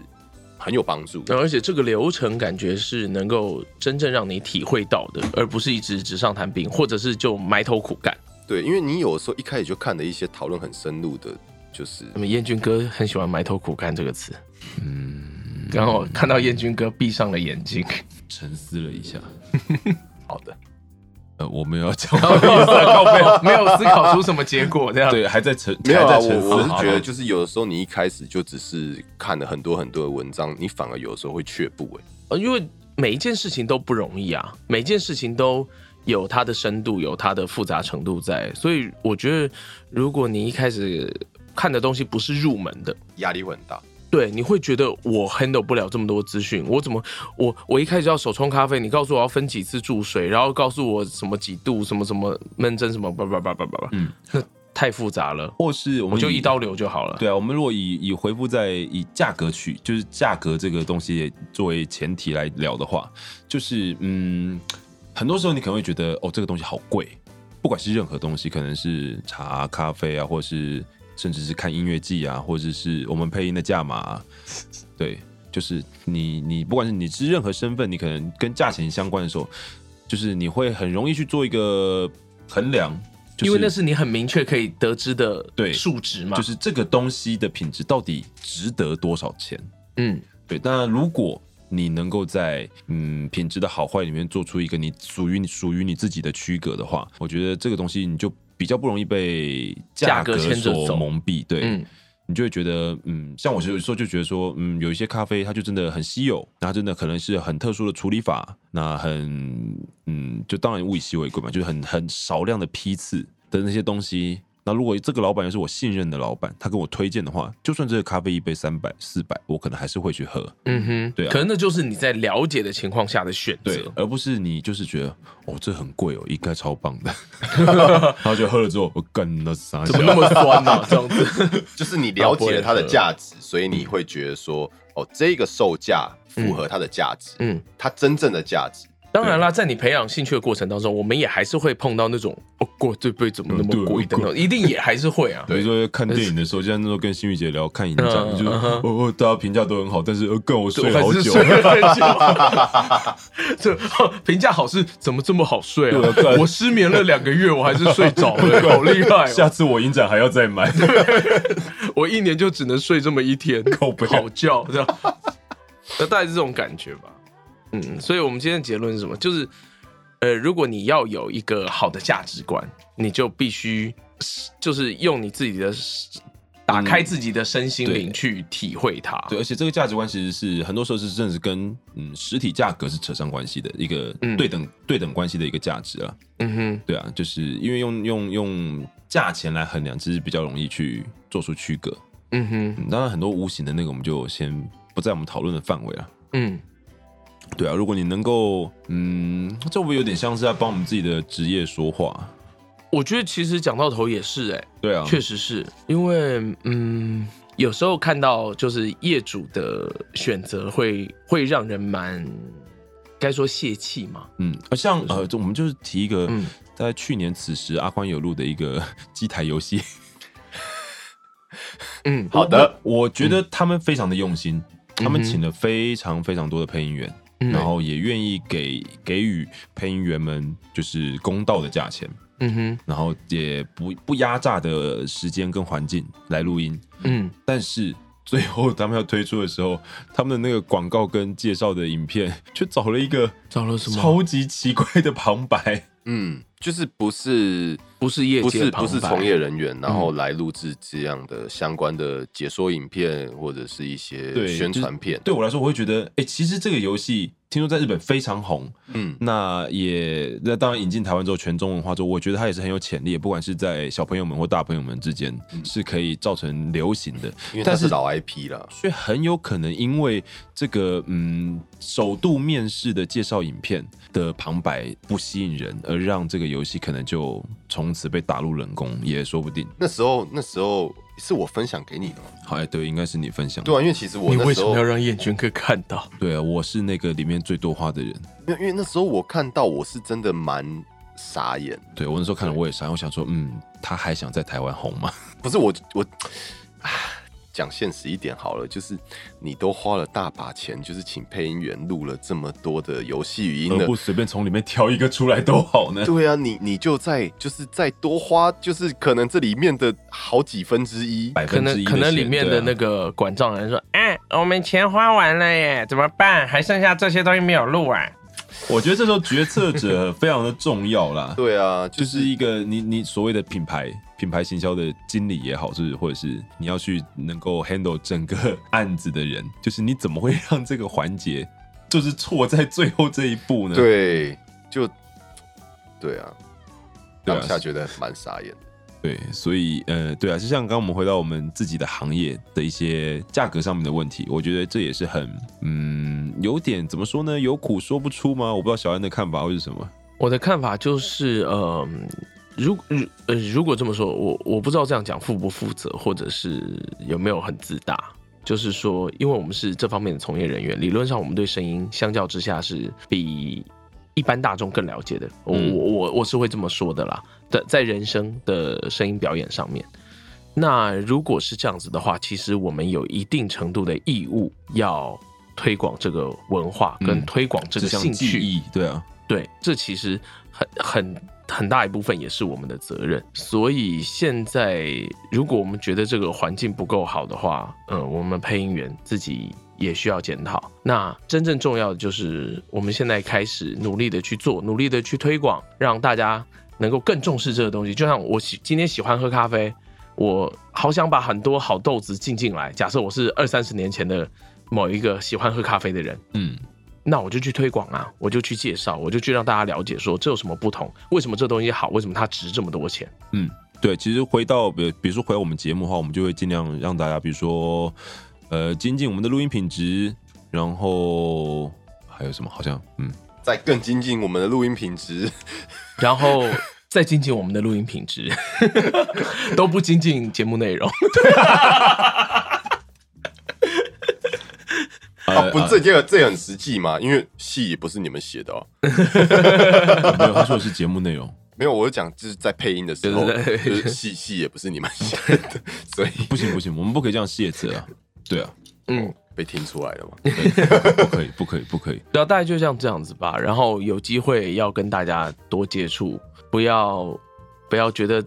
[SPEAKER 5] 很有帮助的。
[SPEAKER 4] 然后而且这个流程感觉是能够真正让你体会到的，而不是一直纸上谈兵，或者是就埋头苦干。
[SPEAKER 5] 对，因为你有时候一开始就看了一些讨论很深入的，就是
[SPEAKER 4] 那么燕军哥很喜欢“埋头苦干”这个词，嗯，然后看到燕军哥闭上了眼睛，
[SPEAKER 3] 沉思了一下，
[SPEAKER 5] 好 的。
[SPEAKER 3] 呃，我没有要讲话，
[SPEAKER 4] 然后闭上靠背，没有思考出什么结果，这样
[SPEAKER 3] 对，还在沉，
[SPEAKER 5] 没有
[SPEAKER 3] 还
[SPEAKER 5] 啊，
[SPEAKER 3] 在
[SPEAKER 5] 我
[SPEAKER 3] 沉思。
[SPEAKER 5] 我是
[SPEAKER 3] 好好
[SPEAKER 5] 觉得，就是有的时候你一开始就只是看了很多很多的文章，你反而有的时候会却步、欸。
[SPEAKER 4] 呃因为每一件事情都不容易啊，每一件事情都有它的深度，有它的复杂程度在，所以我觉得，如果你一开始看的东西不是入门的，
[SPEAKER 5] 压力会很大。
[SPEAKER 4] 对，你会觉得我 handle 不了这么多资讯，我怎么我我一开始要手冲咖啡，你告诉我要分几次注水，然后告诉我什么几度，什么什么闷蒸什么，叭叭叭叭叭叭，
[SPEAKER 3] 嗯，
[SPEAKER 4] 那太复杂了，
[SPEAKER 3] 或是我
[SPEAKER 4] 我
[SPEAKER 3] 们
[SPEAKER 4] 就
[SPEAKER 3] 以
[SPEAKER 4] 一刀流就好了。
[SPEAKER 3] 对啊，我们如果以以回复在以价格去，就是价格这个东西作为前提来聊的话，就是嗯，很多时候你可能会觉得哦，这个东西好贵，不管是任何东西，可能是茶、咖啡啊，或是甚至是看音乐季啊，或者是我们配音的价码 啊、对，就是你你不管是你是任何身份，你可能跟价钱相关的时候，就是你会很容易去做一个衡量，就是、
[SPEAKER 4] 因为那是你很明确可以得知的
[SPEAKER 3] 对
[SPEAKER 4] 数值嘛，
[SPEAKER 3] 就是这个东西的品质到底值得多少钱？
[SPEAKER 4] 嗯
[SPEAKER 3] 对，当然如果你能够在嗯品质的好坏里面做出一个你属于你属于你自己的区隔的话，我觉得这个东西你就比较不容易被
[SPEAKER 4] 价
[SPEAKER 3] 价
[SPEAKER 4] 格
[SPEAKER 3] 格
[SPEAKER 4] 牵着走
[SPEAKER 3] 所蒙蔽，对，
[SPEAKER 4] 嗯
[SPEAKER 3] 你就会觉得嗯，像我有时候就觉得说，嗯，有一些咖啡它就真的很稀有，那它真的可能是很特殊的处理法，那很嗯，就当然物以稀为贵嘛，就是很很少量的批次的那些东西。那如果这个老板又是我信任的老板，他跟我推荐的话，就算这个咖啡一杯三百、四百，我可能还是会去喝。
[SPEAKER 4] 嗯哼，
[SPEAKER 3] 对啊
[SPEAKER 4] 可能那就是你在了解的情况下的选
[SPEAKER 3] 对
[SPEAKER 4] 择，。
[SPEAKER 3] 而不是你就是觉得哦，这很贵哦，应该超棒 的，然后就喝了之后，我干那啥小
[SPEAKER 4] 怎么那么酸呢、 这样子，
[SPEAKER 5] 就是你了解了它的价值，所以你会觉得说，哦，这个售价符合它的价值，
[SPEAKER 4] 嗯。
[SPEAKER 5] 它真正的价值。
[SPEAKER 4] 当然啦，在你培养兴趣的过程当中，我们也还是会碰到那种哦，过这杯怎么那么贵的那种，一定也还是会啊。
[SPEAKER 3] 比如说看电影的时候，就像那时候跟心雨姐聊看影展，
[SPEAKER 4] 嗯
[SPEAKER 3] 就是
[SPEAKER 4] 嗯哼
[SPEAKER 3] 哦哦，大家评价都很好，但是呃，跟我睡
[SPEAKER 4] 对，
[SPEAKER 3] 了好
[SPEAKER 4] 反正
[SPEAKER 3] 久，
[SPEAKER 4] 睡了很久。 这哦评价好是怎么这么好睡啊
[SPEAKER 3] 对啊？
[SPEAKER 4] 我失眠了两个月，我还是睡着了，好厉害
[SPEAKER 3] 下
[SPEAKER 4] 哦！
[SPEAKER 3] 次我影展还要再买。
[SPEAKER 4] 我一年就只能睡这么一天，
[SPEAKER 3] 靠背
[SPEAKER 4] 好觉这样。 那大概是这种感觉吧。嗯，所以我们今天的结论是什么？就是呃，如果你要有一个好的价值观，你就必须就是用你自己的打开自己的身心灵
[SPEAKER 3] 对
[SPEAKER 4] 去体会它。
[SPEAKER 3] 对，而且这个价值观其实是很多时候是真的是跟嗯实体价格是扯上关系的一个
[SPEAKER 4] 嗯
[SPEAKER 3] 对等、对等关系的一个价值啊。
[SPEAKER 4] 嗯哼，
[SPEAKER 3] 对啊，就是因为用用用价钱来衡量，其实比较容易去做出区隔。
[SPEAKER 4] 嗯哼，
[SPEAKER 3] 嗯当然，很多无形的那个我们就先不在我们讨论的范围了。
[SPEAKER 4] 嗯，
[SPEAKER 3] 对啊，如果你能够，嗯，这会不会有点像是在帮我们自己的职业说话？啊
[SPEAKER 4] 我觉得其实讲到头也是哎、
[SPEAKER 3] 对啊，
[SPEAKER 4] 确实是因为，嗯，有时候看到就是业主的选择会会让人蛮该说泄气嘛。
[SPEAKER 3] 嗯，呃像呃，这我们就是提一个，
[SPEAKER 4] 嗯
[SPEAKER 3] 在去年此时阿宽有录的一个 机台游戏。
[SPEAKER 4] 嗯，
[SPEAKER 5] 好的，
[SPEAKER 3] 我觉得他们非常的用心，他们
[SPEAKER 4] 嗯哼
[SPEAKER 3] 请了非常非常多的配音员，
[SPEAKER 4] 嗯
[SPEAKER 3] 然后也愿意给给予配音员们就是公道的价钱，
[SPEAKER 4] 嗯哼，
[SPEAKER 3] 然后也不不压榨的时间跟环境来录音，
[SPEAKER 4] 嗯，
[SPEAKER 3] 但是。最后他们要推出的时候，他们的那个广告跟介绍的影片，却找了一个
[SPEAKER 4] 找了什么
[SPEAKER 3] 超级奇怪的旁白，
[SPEAKER 5] 嗯，就是不是
[SPEAKER 4] 不是业
[SPEAKER 5] 不
[SPEAKER 4] 界
[SPEAKER 5] 是
[SPEAKER 4] 旁白
[SPEAKER 5] 不是从业人员，然后来录制这样的相关的解说影片或者是一些
[SPEAKER 3] 对
[SPEAKER 5] 宣
[SPEAKER 3] 就是
[SPEAKER 5] 传片。
[SPEAKER 3] 对我来说，我会觉得，哎、其实这个游戏听说在日本非常红，
[SPEAKER 5] 嗯，
[SPEAKER 3] 那也那当然引进台湾之后全中文化之后，我觉得它也是很有潜力，不管是在小朋友们或大朋友们之间、是可以造成流行的，
[SPEAKER 5] 因为它
[SPEAKER 3] 但
[SPEAKER 5] 是
[SPEAKER 3] 是
[SPEAKER 5] 老 IP 啦。
[SPEAKER 3] 却很有可能因为这个嗯首度面试的介绍影片的旁白不吸引人，而让这个游戏可能就从此被打入冷宫，也说不定。
[SPEAKER 5] 那时候那时候是我分享给你的吗？
[SPEAKER 3] 好，哎，对，应该是你分享的
[SPEAKER 5] 对啊，因为其实我
[SPEAKER 4] 你
[SPEAKER 5] 那
[SPEAKER 4] 为
[SPEAKER 5] 时
[SPEAKER 4] 什
[SPEAKER 5] 候
[SPEAKER 4] 么要，让燕君哥看到？
[SPEAKER 3] 对啊，我是那个里面最多话的人。
[SPEAKER 5] 因为因为那时候我看到我是真的蛮傻眼，
[SPEAKER 3] 对我那时候看了我也傻，我想说，嗯，他还想在台湾红吗？
[SPEAKER 5] 不是我我，啊讲现实一点好了，就是你都花了大把钱，就是请配音员录了这么多的游戏语音
[SPEAKER 3] 何
[SPEAKER 5] 了
[SPEAKER 3] 不，随便从里面挑一个出来都好呢？
[SPEAKER 5] 对啊，你你就再就是再多花，就是可能这里面的好几分之一，，
[SPEAKER 3] 百
[SPEAKER 4] 可
[SPEAKER 3] 分之
[SPEAKER 4] 能
[SPEAKER 3] 一的
[SPEAKER 4] 可能里
[SPEAKER 3] 钱
[SPEAKER 4] 面
[SPEAKER 3] 对
[SPEAKER 4] 的
[SPEAKER 3] 啊
[SPEAKER 4] 那个管账人说，
[SPEAKER 6] 哎，我们钱花完了耶，怎么办？还剩下这些东西没有录啊？
[SPEAKER 3] 我觉得这时候决策者非常的重要啦
[SPEAKER 5] 对啊，就
[SPEAKER 3] 就是是一个你你所谓的品牌品牌行销的经理也好，是或者是你要去能够 handle 整个 案子的人，就是你怎么会让这个环节就是错在最后这一步呢？
[SPEAKER 5] 对，啊就对啊，
[SPEAKER 3] 对啊
[SPEAKER 5] 当下觉得蛮傻眼的。
[SPEAKER 3] 对，所以呃，对啊，就像刚刚我们回到我们自己的行业的一些价格上面的问题，我觉得这也是很嗯，有点怎么说呢？有苦说不出吗？我不知道小安的看法会是什么。
[SPEAKER 4] 我的看法就是，呃，如如呃，如果这么说，我我不知道这样讲负不负责，或者是有没有很自大。就是说，因为我们是这方面的从业人员，理论上我们对声音相较之下是比一般大众更了解的。我
[SPEAKER 3] 嗯
[SPEAKER 4] 我我我是会这么说的啦，在在人声的声音表演上面。那如果是这样子的话，其实我们有一定程度的义务要推广这个文化，跟
[SPEAKER 3] 嗯
[SPEAKER 4] 推广这个
[SPEAKER 3] 项
[SPEAKER 4] 兴
[SPEAKER 3] 技
[SPEAKER 4] 趣。
[SPEAKER 3] 艺，对啊，
[SPEAKER 4] 对，这其实很很很大一部分也是我们的责任。所以现在，如果我们觉得这个环境不够好的话，嗯，我们配音员自己也需要检讨。那真正重要的就是，我们现在开始努力的去做，努力的去推广，让大家能够更重视这个东西。就像我喜今天喜欢喝咖啡，我好想把很多好豆子进进来。假设我是二三十年前的某一个喜欢喝咖啡的人，
[SPEAKER 3] 嗯，
[SPEAKER 4] 那我就去推广啊，我就去介绍，我就去让大家了解说这有什么不同，为什么这东西好，为什么它值这么多钱？
[SPEAKER 3] 对，其实回到比如比如说回到我们节目的话，我们就会尽量让大家，比如说呃，精进我们的录音品质，然后还有什么？好像 嗯，
[SPEAKER 5] 再更精进我们的录音品质，
[SPEAKER 4] 然后再精进我们的录音品质， 都不精进节目内容。
[SPEAKER 3] 呃
[SPEAKER 5] 啊，不，这这个这很实际嘛，因为戏也不是你们写的哦、
[SPEAKER 3] 呃没有，他说的是节目内容，
[SPEAKER 5] 没有，我是讲就是在配音的时候，
[SPEAKER 4] 对对对
[SPEAKER 5] 就是戏戏也不是你们写的，所以
[SPEAKER 3] 不行不行，我们不可以这样卸责啊，对啊，
[SPEAKER 5] 被听出来了嘛。
[SPEAKER 3] 对不可以不可以不可以，
[SPEAKER 4] 对啊，大概就像这样子吧。然后有机会要跟大家多接触，不要不要觉得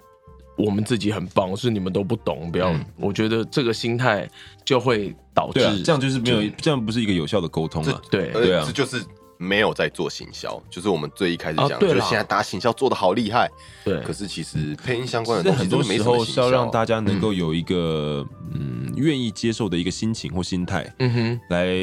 [SPEAKER 4] 我们自己很棒，是你们都不懂。不要，
[SPEAKER 3] 嗯
[SPEAKER 4] 我觉得这个心态就会导致
[SPEAKER 3] 啊对啊，这样就是没有，这样不是一个有效的沟通了。
[SPEAKER 4] 对
[SPEAKER 5] 呃
[SPEAKER 3] 对啊
[SPEAKER 5] 这就是没有在做行销，就是我们最一开始
[SPEAKER 4] 哦
[SPEAKER 5] 讲的，
[SPEAKER 4] 对
[SPEAKER 5] 就是
[SPEAKER 4] 啦
[SPEAKER 5] 现在大家行销做的好厉害，
[SPEAKER 4] 对
[SPEAKER 5] 可是其实配音相关的
[SPEAKER 3] 其实
[SPEAKER 5] 东西
[SPEAKER 3] 很多
[SPEAKER 5] 真的没
[SPEAKER 3] 时
[SPEAKER 5] 什么啊
[SPEAKER 3] 候
[SPEAKER 5] 行
[SPEAKER 3] 是要
[SPEAKER 5] 销
[SPEAKER 3] 让大家能够有一个嗯愿意接受的一个心情或心态，
[SPEAKER 4] 嗯哼，
[SPEAKER 3] 来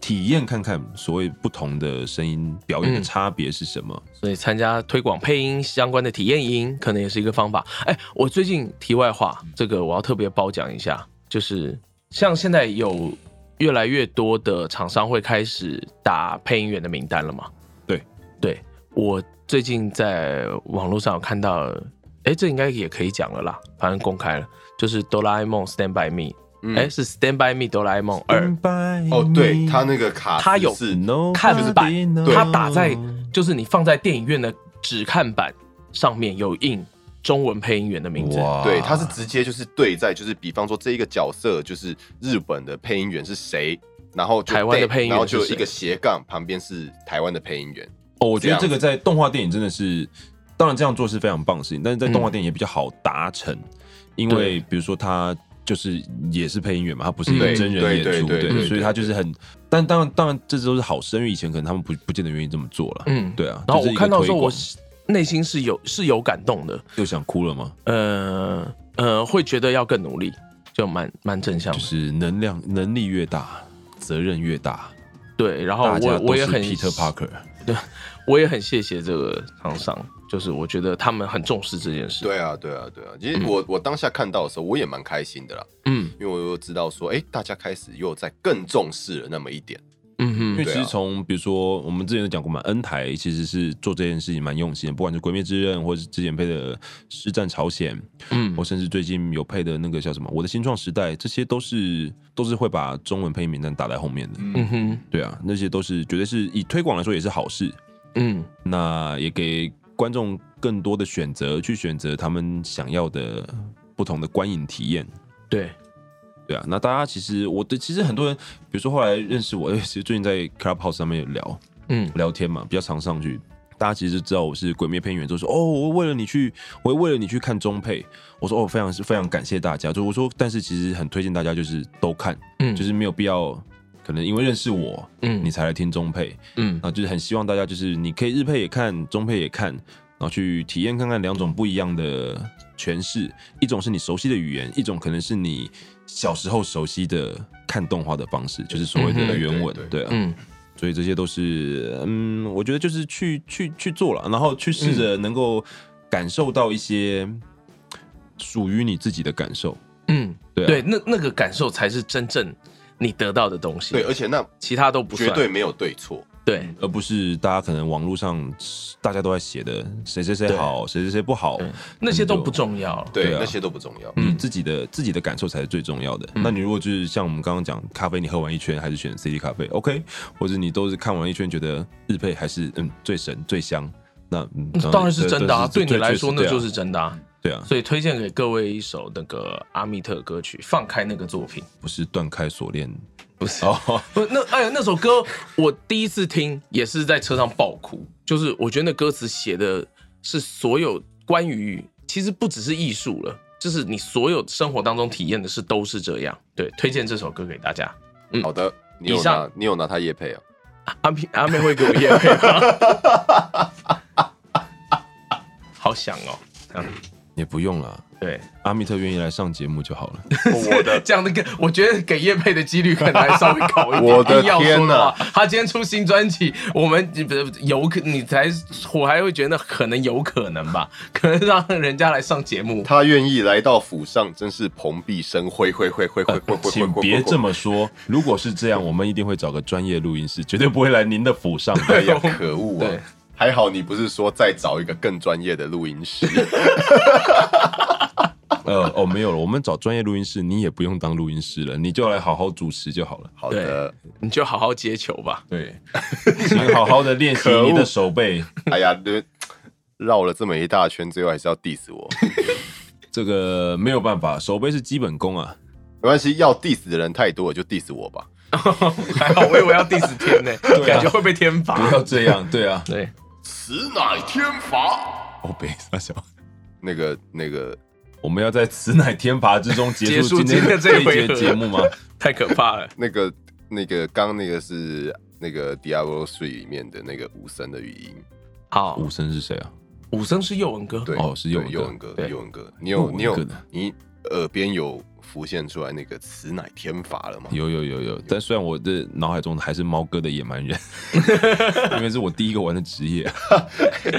[SPEAKER 3] 体验看看所谓不同的声音表演的
[SPEAKER 4] 嗯
[SPEAKER 3] 差别是什么。
[SPEAKER 4] 所以参加推广配音相关的体验营，可能也是一个方法。哎，我最近题外话，这个我要特别褒奖一下，就是像现在有越来越多的厂商会开始打配音员的名单了嘛？
[SPEAKER 3] 对，
[SPEAKER 4] 对我最近在网络上有看到，哎，这应该也可以讲了啦，反正公开了，就是《哆啦 A 梦 Stand by Me》
[SPEAKER 5] 嗯
[SPEAKER 4] 哎，是《Stand by Me》哆啦 A 梦二，
[SPEAKER 5] 哦，对他那个卡
[SPEAKER 4] 他有
[SPEAKER 5] 是
[SPEAKER 3] no
[SPEAKER 4] 看板
[SPEAKER 5] 对
[SPEAKER 4] 它打在就是你放在电影院的纸看板上面有印中文配音员的名字。
[SPEAKER 5] 对，他是直接就是对在，就是比方说这一个角色就是日本的配音员是谁，然后就
[SPEAKER 4] 台湾的
[SPEAKER 5] date，
[SPEAKER 4] 配音员
[SPEAKER 5] 然后就有
[SPEAKER 4] 是
[SPEAKER 5] 一
[SPEAKER 4] 谁
[SPEAKER 5] 个斜杠，旁边是台湾的配音员。
[SPEAKER 3] 哦，我觉
[SPEAKER 5] 这
[SPEAKER 3] 得
[SPEAKER 5] 样
[SPEAKER 3] 这个在动画电影真的是，当然这样做是非常棒的事情，但是在动画
[SPEAKER 4] 嗯
[SPEAKER 3] 电影也比较好达成，因为比如说他就是也是配音员嘛，他不是
[SPEAKER 4] 嗯
[SPEAKER 3] 一个
[SPEAKER 5] 对
[SPEAKER 3] 真人
[SPEAKER 5] 对
[SPEAKER 3] 演
[SPEAKER 5] 对
[SPEAKER 3] 出，
[SPEAKER 5] 对对对
[SPEAKER 3] 所以他就是很，但当然当然这都是好事，因为以前可能他们不不见得愿意这么做了，
[SPEAKER 4] 嗯
[SPEAKER 3] 对啊。
[SPEAKER 4] 然后
[SPEAKER 3] 这
[SPEAKER 4] 我
[SPEAKER 3] 是一个
[SPEAKER 4] 看到的时候，
[SPEAKER 3] 推
[SPEAKER 4] 我
[SPEAKER 3] 广
[SPEAKER 4] 是内心是有是有感动的，
[SPEAKER 3] 又想哭了吗？
[SPEAKER 4] 呃呃，会觉得要更努力，就蛮蛮正向的
[SPEAKER 3] 就。是能量能力越大，责任越大，
[SPEAKER 4] 对，然后
[SPEAKER 3] 大家
[SPEAKER 4] 哦我
[SPEAKER 3] 都
[SPEAKER 4] 我
[SPEAKER 3] 是
[SPEAKER 4] 也很
[SPEAKER 3] Peter Parker，
[SPEAKER 4] 我也很谢谢这个厂商，就是我觉得他们很重视这件事。，
[SPEAKER 5] 对啊，对啊，对啊。其实我、我当下看到的时候，我也蛮开心的啦，
[SPEAKER 4] 嗯
[SPEAKER 5] 因为我又知道说，哎，大家开始又在更重视了那么一点。
[SPEAKER 4] 嗯
[SPEAKER 3] 因
[SPEAKER 4] 哼
[SPEAKER 3] 为其
[SPEAKER 5] 对
[SPEAKER 3] 实
[SPEAKER 5] 啊
[SPEAKER 3] 从比如说我们之前有讲过嘛，N 台其实是做这件事情蛮用心的，不管是《鬼灭之刃》或者是之前配的《师战朝鲜》，
[SPEAKER 4] 嗯
[SPEAKER 3] 或甚至最近有配的那个叫什么《我的新创时代》，这些都是都是会把中文配音名单打在后面的。
[SPEAKER 4] 嗯哼
[SPEAKER 3] 对啊，那些都是绝对是以推广来说也是好事，
[SPEAKER 4] 嗯
[SPEAKER 3] 那也给观众更多的选择，去选择他们想要的不同的观影体验。
[SPEAKER 4] 对，
[SPEAKER 3] 对啊，那大家其实我的其实很多人，比如说后来认识我，因为其实最近在 Clubhouse 上面有聊，
[SPEAKER 4] 嗯
[SPEAKER 3] 聊天嘛，比较常上去。大家其实知道我是鬼灭配音员，都说哦，我为了你去，我为了你去看中配。我说哦，非常非常感谢大家。就我说，但是其实很推荐大家就是都看，
[SPEAKER 4] 嗯
[SPEAKER 3] 就是没有必要，可能因为认识我，
[SPEAKER 4] 嗯
[SPEAKER 3] 你才来听中配。
[SPEAKER 4] 嗯
[SPEAKER 3] 啊，就是很希望大家就是你可以日配也看，中配也看，然后去体验看看两种不一样的诠释，一种是你熟悉的语言，一种可能是你小时候熟悉的看动画的方式，就是所谓
[SPEAKER 4] 嗯
[SPEAKER 3] 的
[SPEAKER 5] 哼
[SPEAKER 3] 原文，
[SPEAKER 5] 对对
[SPEAKER 3] 对啊，
[SPEAKER 4] 嗯
[SPEAKER 3] 所以这些都是嗯，我觉得就是去去去做了，然后去试着能够感受到一些属于你自己的感受，
[SPEAKER 4] 嗯，
[SPEAKER 3] 对啊
[SPEAKER 4] 对，那那个感受才是真正你得到的东西。
[SPEAKER 5] 对，而且那
[SPEAKER 4] 其他啊都不算。
[SPEAKER 5] 绝对没有对错。
[SPEAKER 4] 对
[SPEAKER 3] 而不是大家可能网络上大家都在写的谁谁谁好，谁谁谁不好，
[SPEAKER 4] 那些都
[SPEAKER 3] 嗯就
[SPEAKER 4] 不重要。
[SPEAKER 5] 对，
[SPEAKER 3] 对啊
[SPEAKER 5] 那些都不重要。
[SPEAKER 3] 你自己的自己的感受才是最重要的。那你如果就是像我们刚刚讲，咖啡你喝完一圈还是选 CD 咖啡，OK，或者你都是看完一圈觉得日配还是嗯最神最香，那嗯
[SPEAKER 4] 那当然是真的啊，
[SPEAKER 3] 这
[SPEAKER 4] 对
[SPEAKER 3] 这
[SPEAKER 4] 你来说
[SPEAKER 3] 这
[SPEAKER 4] 那
[SPEAKER 3] 这
[SPEAKER 4] 就是真的啊。
[SPEAKER 3] 对啊，
[SPEAKER 4] 所以推荐给各位一首那个阿密特歌曲《放开》那个作品。
[SPEAKER 3] 不是断开锁链
[SPEAKER 4] 不是，
[SPEAKER 3] 哦，
[SPEAKER 4] 不是那哎呀，那首歌我第一次听也是在车上爆哭，就是我觉得那歌词写的是所有关于其实不只是艺术了，就是你所有生活当中体验的事都是这样。对，推荐这首歌给大家。
[SPEAKER 5] 好的，你
[SPEAKER 4] 以
[SPEAKER 5] 有
[SPEAKER 4] 上
[SPEAKER 5] 拿你有拿他叶配啊？
[SPEAKER 4] 阿妹阿妹会给我夜配吗？好想哦，
[SPEAKER 3] 也不用了。
[SPEAKER 4] 对，
[SPEAKER 3] 阿密特愿意来上节目就好了。
[SPEAKER 4] 我的这样的给，我觉得给叶配的几率可能还稍微高一点。
[SPEAKER 5] 我的
[SPEAKER 4] 硬要
[SPEAKER 5] 天
[SPEAKER 4] 说的
[SPEAKER 5] 哪
[SPEAKER 4] 话，他今天出新专辑，我们你不是有可你才我还会觉得可能有可能吧， 可能让人家来上节目。
[SPEAKER 5] 他愿意来到府上，真是蓬荜生辉，辉辉辉辉辉辉辉
[SPEAKER 3] 呃请
[SPEAKER 5] 辉。
[SPEAKER 3] 别这
[SPEAKER 5] 么
[SPEAKER 3] 么说，如果是这样，我们一定会找个专业录音室，绝对不会来您的府上 的。
[SPEAKER 5] 哎呀，可恶
[SPEAKER 4] 对
[SPEAKER 5] 啊！还好你不是说再找一个更专业的录音师，
[SPEAKER 3] 呃，哦，没有了，我们找专业录音室，你也不用当录音师了，你就来好好主持就好了。
[SPEAKER 5] 好的，
[SPEAKER 4] 你就好好接球吧。
[SPEAKER 3] 对，请好好的练习
[SPEAKER 5] 可恶
[SPEAKER 3] 你的手背。
[SPEAKER 5] 哎呀，这绕了这么一大圈，最后还是要 diss 我。
[SPEAKER 3] 这个没有办法，手背是基本功啊。
[SPEAKER 5] 没关系，要 diss 的人太多了，就 diss 我吧。
[SPEAKER 4] 还好，我以为要 diss 天呢、
[SPEAKER 3] 啊
[SPEAKER 4] 感觉会被天罚
[SPEAKER 3] 不。要这样，对啊。
[SPEAKER 4] 对，
[SPEAKER 5] 此乃天罚。
[SPEAKER 3] 哦，别傻笑。
[SPEAKER 5] 那个那个，
[SPEAKER 3] 我们要在此乃天罚之中结
[SPEAKER 4] 结束
[SPEAKER 3] 今天
[SPEAKER 4] 今天
[SPEAKER 3] 的
[SPEAKER 4] 这
[SPEAKER 3] 这
[SPEAKER 4] 一
[SPEAKER 3] 一
[SPEAKER 4] 回
[SPEAKER 3] 节
[SPEAKER 4] 合
[SPEAKER 3] 节目吗？
[SPEAKER 4] 太可怕了。
[SPEAKER 5] 那个那个，刚刚那个是那个 Diablo Three 里面的那个武僧的语音。
[SPEAKER 4] 好，
[SPEAKER 3] 武僧是谁啊？
[SPEAKER 4] 武僧是佑文哥，
[SPEAKER 5] 对，
[SPEAKER 3] 哦是
[SPEAKER 5] 对
[SPEAKER 3] 佑文哥
[SPEAKER 5] 佑文哥，
[SPEAKER 4] 对
[SPEAKER 5] 佑文哥，你有
[SPEAKER 3] 佑
[SPEAKER 5] 你有
[SPEAKER 3] 文哥的
[SPEAKER 5] 你耳边有浮现出来那个此乃天 罚了吗？
[SPEAKER 3] 有有有有，但虽然我的脑海中还是猫哥的野蛮 人，因为是我第一个玩的职业，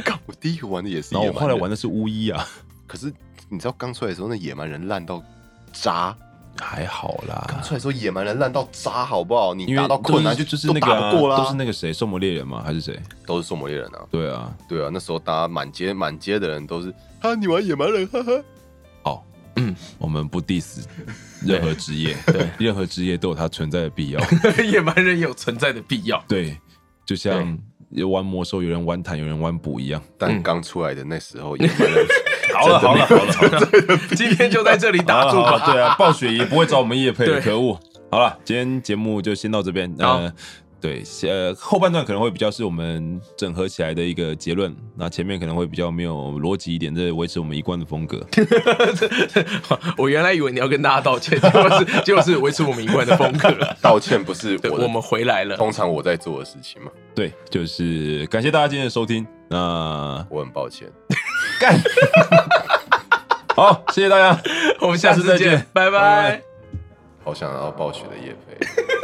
[SPEAKER 5] 干 我第一个玩的也是，
[SPEAKER 3] 然后我后来玩，的是巫医啊，
[SPEAKER 5] 可是你知道刚出来的时候，那野蛮人烂到渣。
[SPEAKER 3] 啊还好啦
[SPEAKER 5] 刚，出来的时候，野蛮人烂到渣，好不好？你
[SPEAKER 3] 因
[SPEAKER 5] 打
[SPEAKER 3] 为
[SPEAKER 5] 到困难
[SPEAKER 3] 都
[SPEAKER 5] 就
[SPEAKER 3] 就
[SPEAKER 5] 是
[SPEAKER 3] 是
[SPEAKER 5] 都
[SPEAKER 3] 那个
[SPEAKER 5] 打
[SPEAKER 3] 啊
[SPEAKER 5] 不过啦，
[SPEAKER 3] 都是那个谁，兽魔猎人吗？还是谁？
[SPEAKER 5] 都是兽魔猎人啊，
[SPEAKER 3] 对啊，
[SPEAKER 5] 对啊，那时候大家满街满街的人都是，哈，你玩野蛮人，哈哈，
[SPEAKER 3] 哦，嗯，我们不 diss 任何职业，
[SPEAKER 4] 对，
[SPEAKER 3] 任何职业都有它存在的必要，
[SPEAKER 4] 野蛮人有存在的必要。
[SPEAKER 3] 对，就像玩魔兽，有人玩坦，有人玩补一样，
[SPEAKER 5] 但刚出来的那时候，野蛮人
[SPEAKER 3] 好了好了好了，
[SPEAKER 4] 今天就在这里 打住
[SPEAKER 3] 好
[SPEAKER 4] 吧。
[SPEAKER 3] 了好了对啊，暴雪也不会找我们夜配的，
[SPEAKER 4] 对
[SPEAKER 3] 可恶。好了，今天节目就先到这边。呃
[SPEAKER 4] 好，
[SPEAKER 3] 对，呃，后半段可能会比较是我们整合起来的一个结论，那前面可能会比较没有逻辑一点，这维持我们一贯的 风格。
[SPEAKER 4] 我原来以为你要跟大家道歉，结果是 结果是维持我们一贯的风格。
[SPEAKER 5] 道歉不是
[SPEAKER 4] 对，
[SPEAKER 5] 我的
[SPEAKER 4] 我们回来了。
[SPEAKER 5] 通常我在做的事情嘛，
[SPEAKER 3] 对，就是感谢大家今天的收听。那
[SPEAKER 5] 我很抱歉。
[SPEAKER 3] 干，好，谢谢大家。
[SPEAKER 4] 我们下次再
[SPEAKER 3] 下次再
[SPEAKER 4] 见
[SPEAKER 3] 见，
[SPEAKER 4] 拜
[SPEAKER 3] 拜
[SPEAKER 4] 拜
[SPEAKER 3] 拜。
[SPEAKER 5] 好想要暴雪的夜配。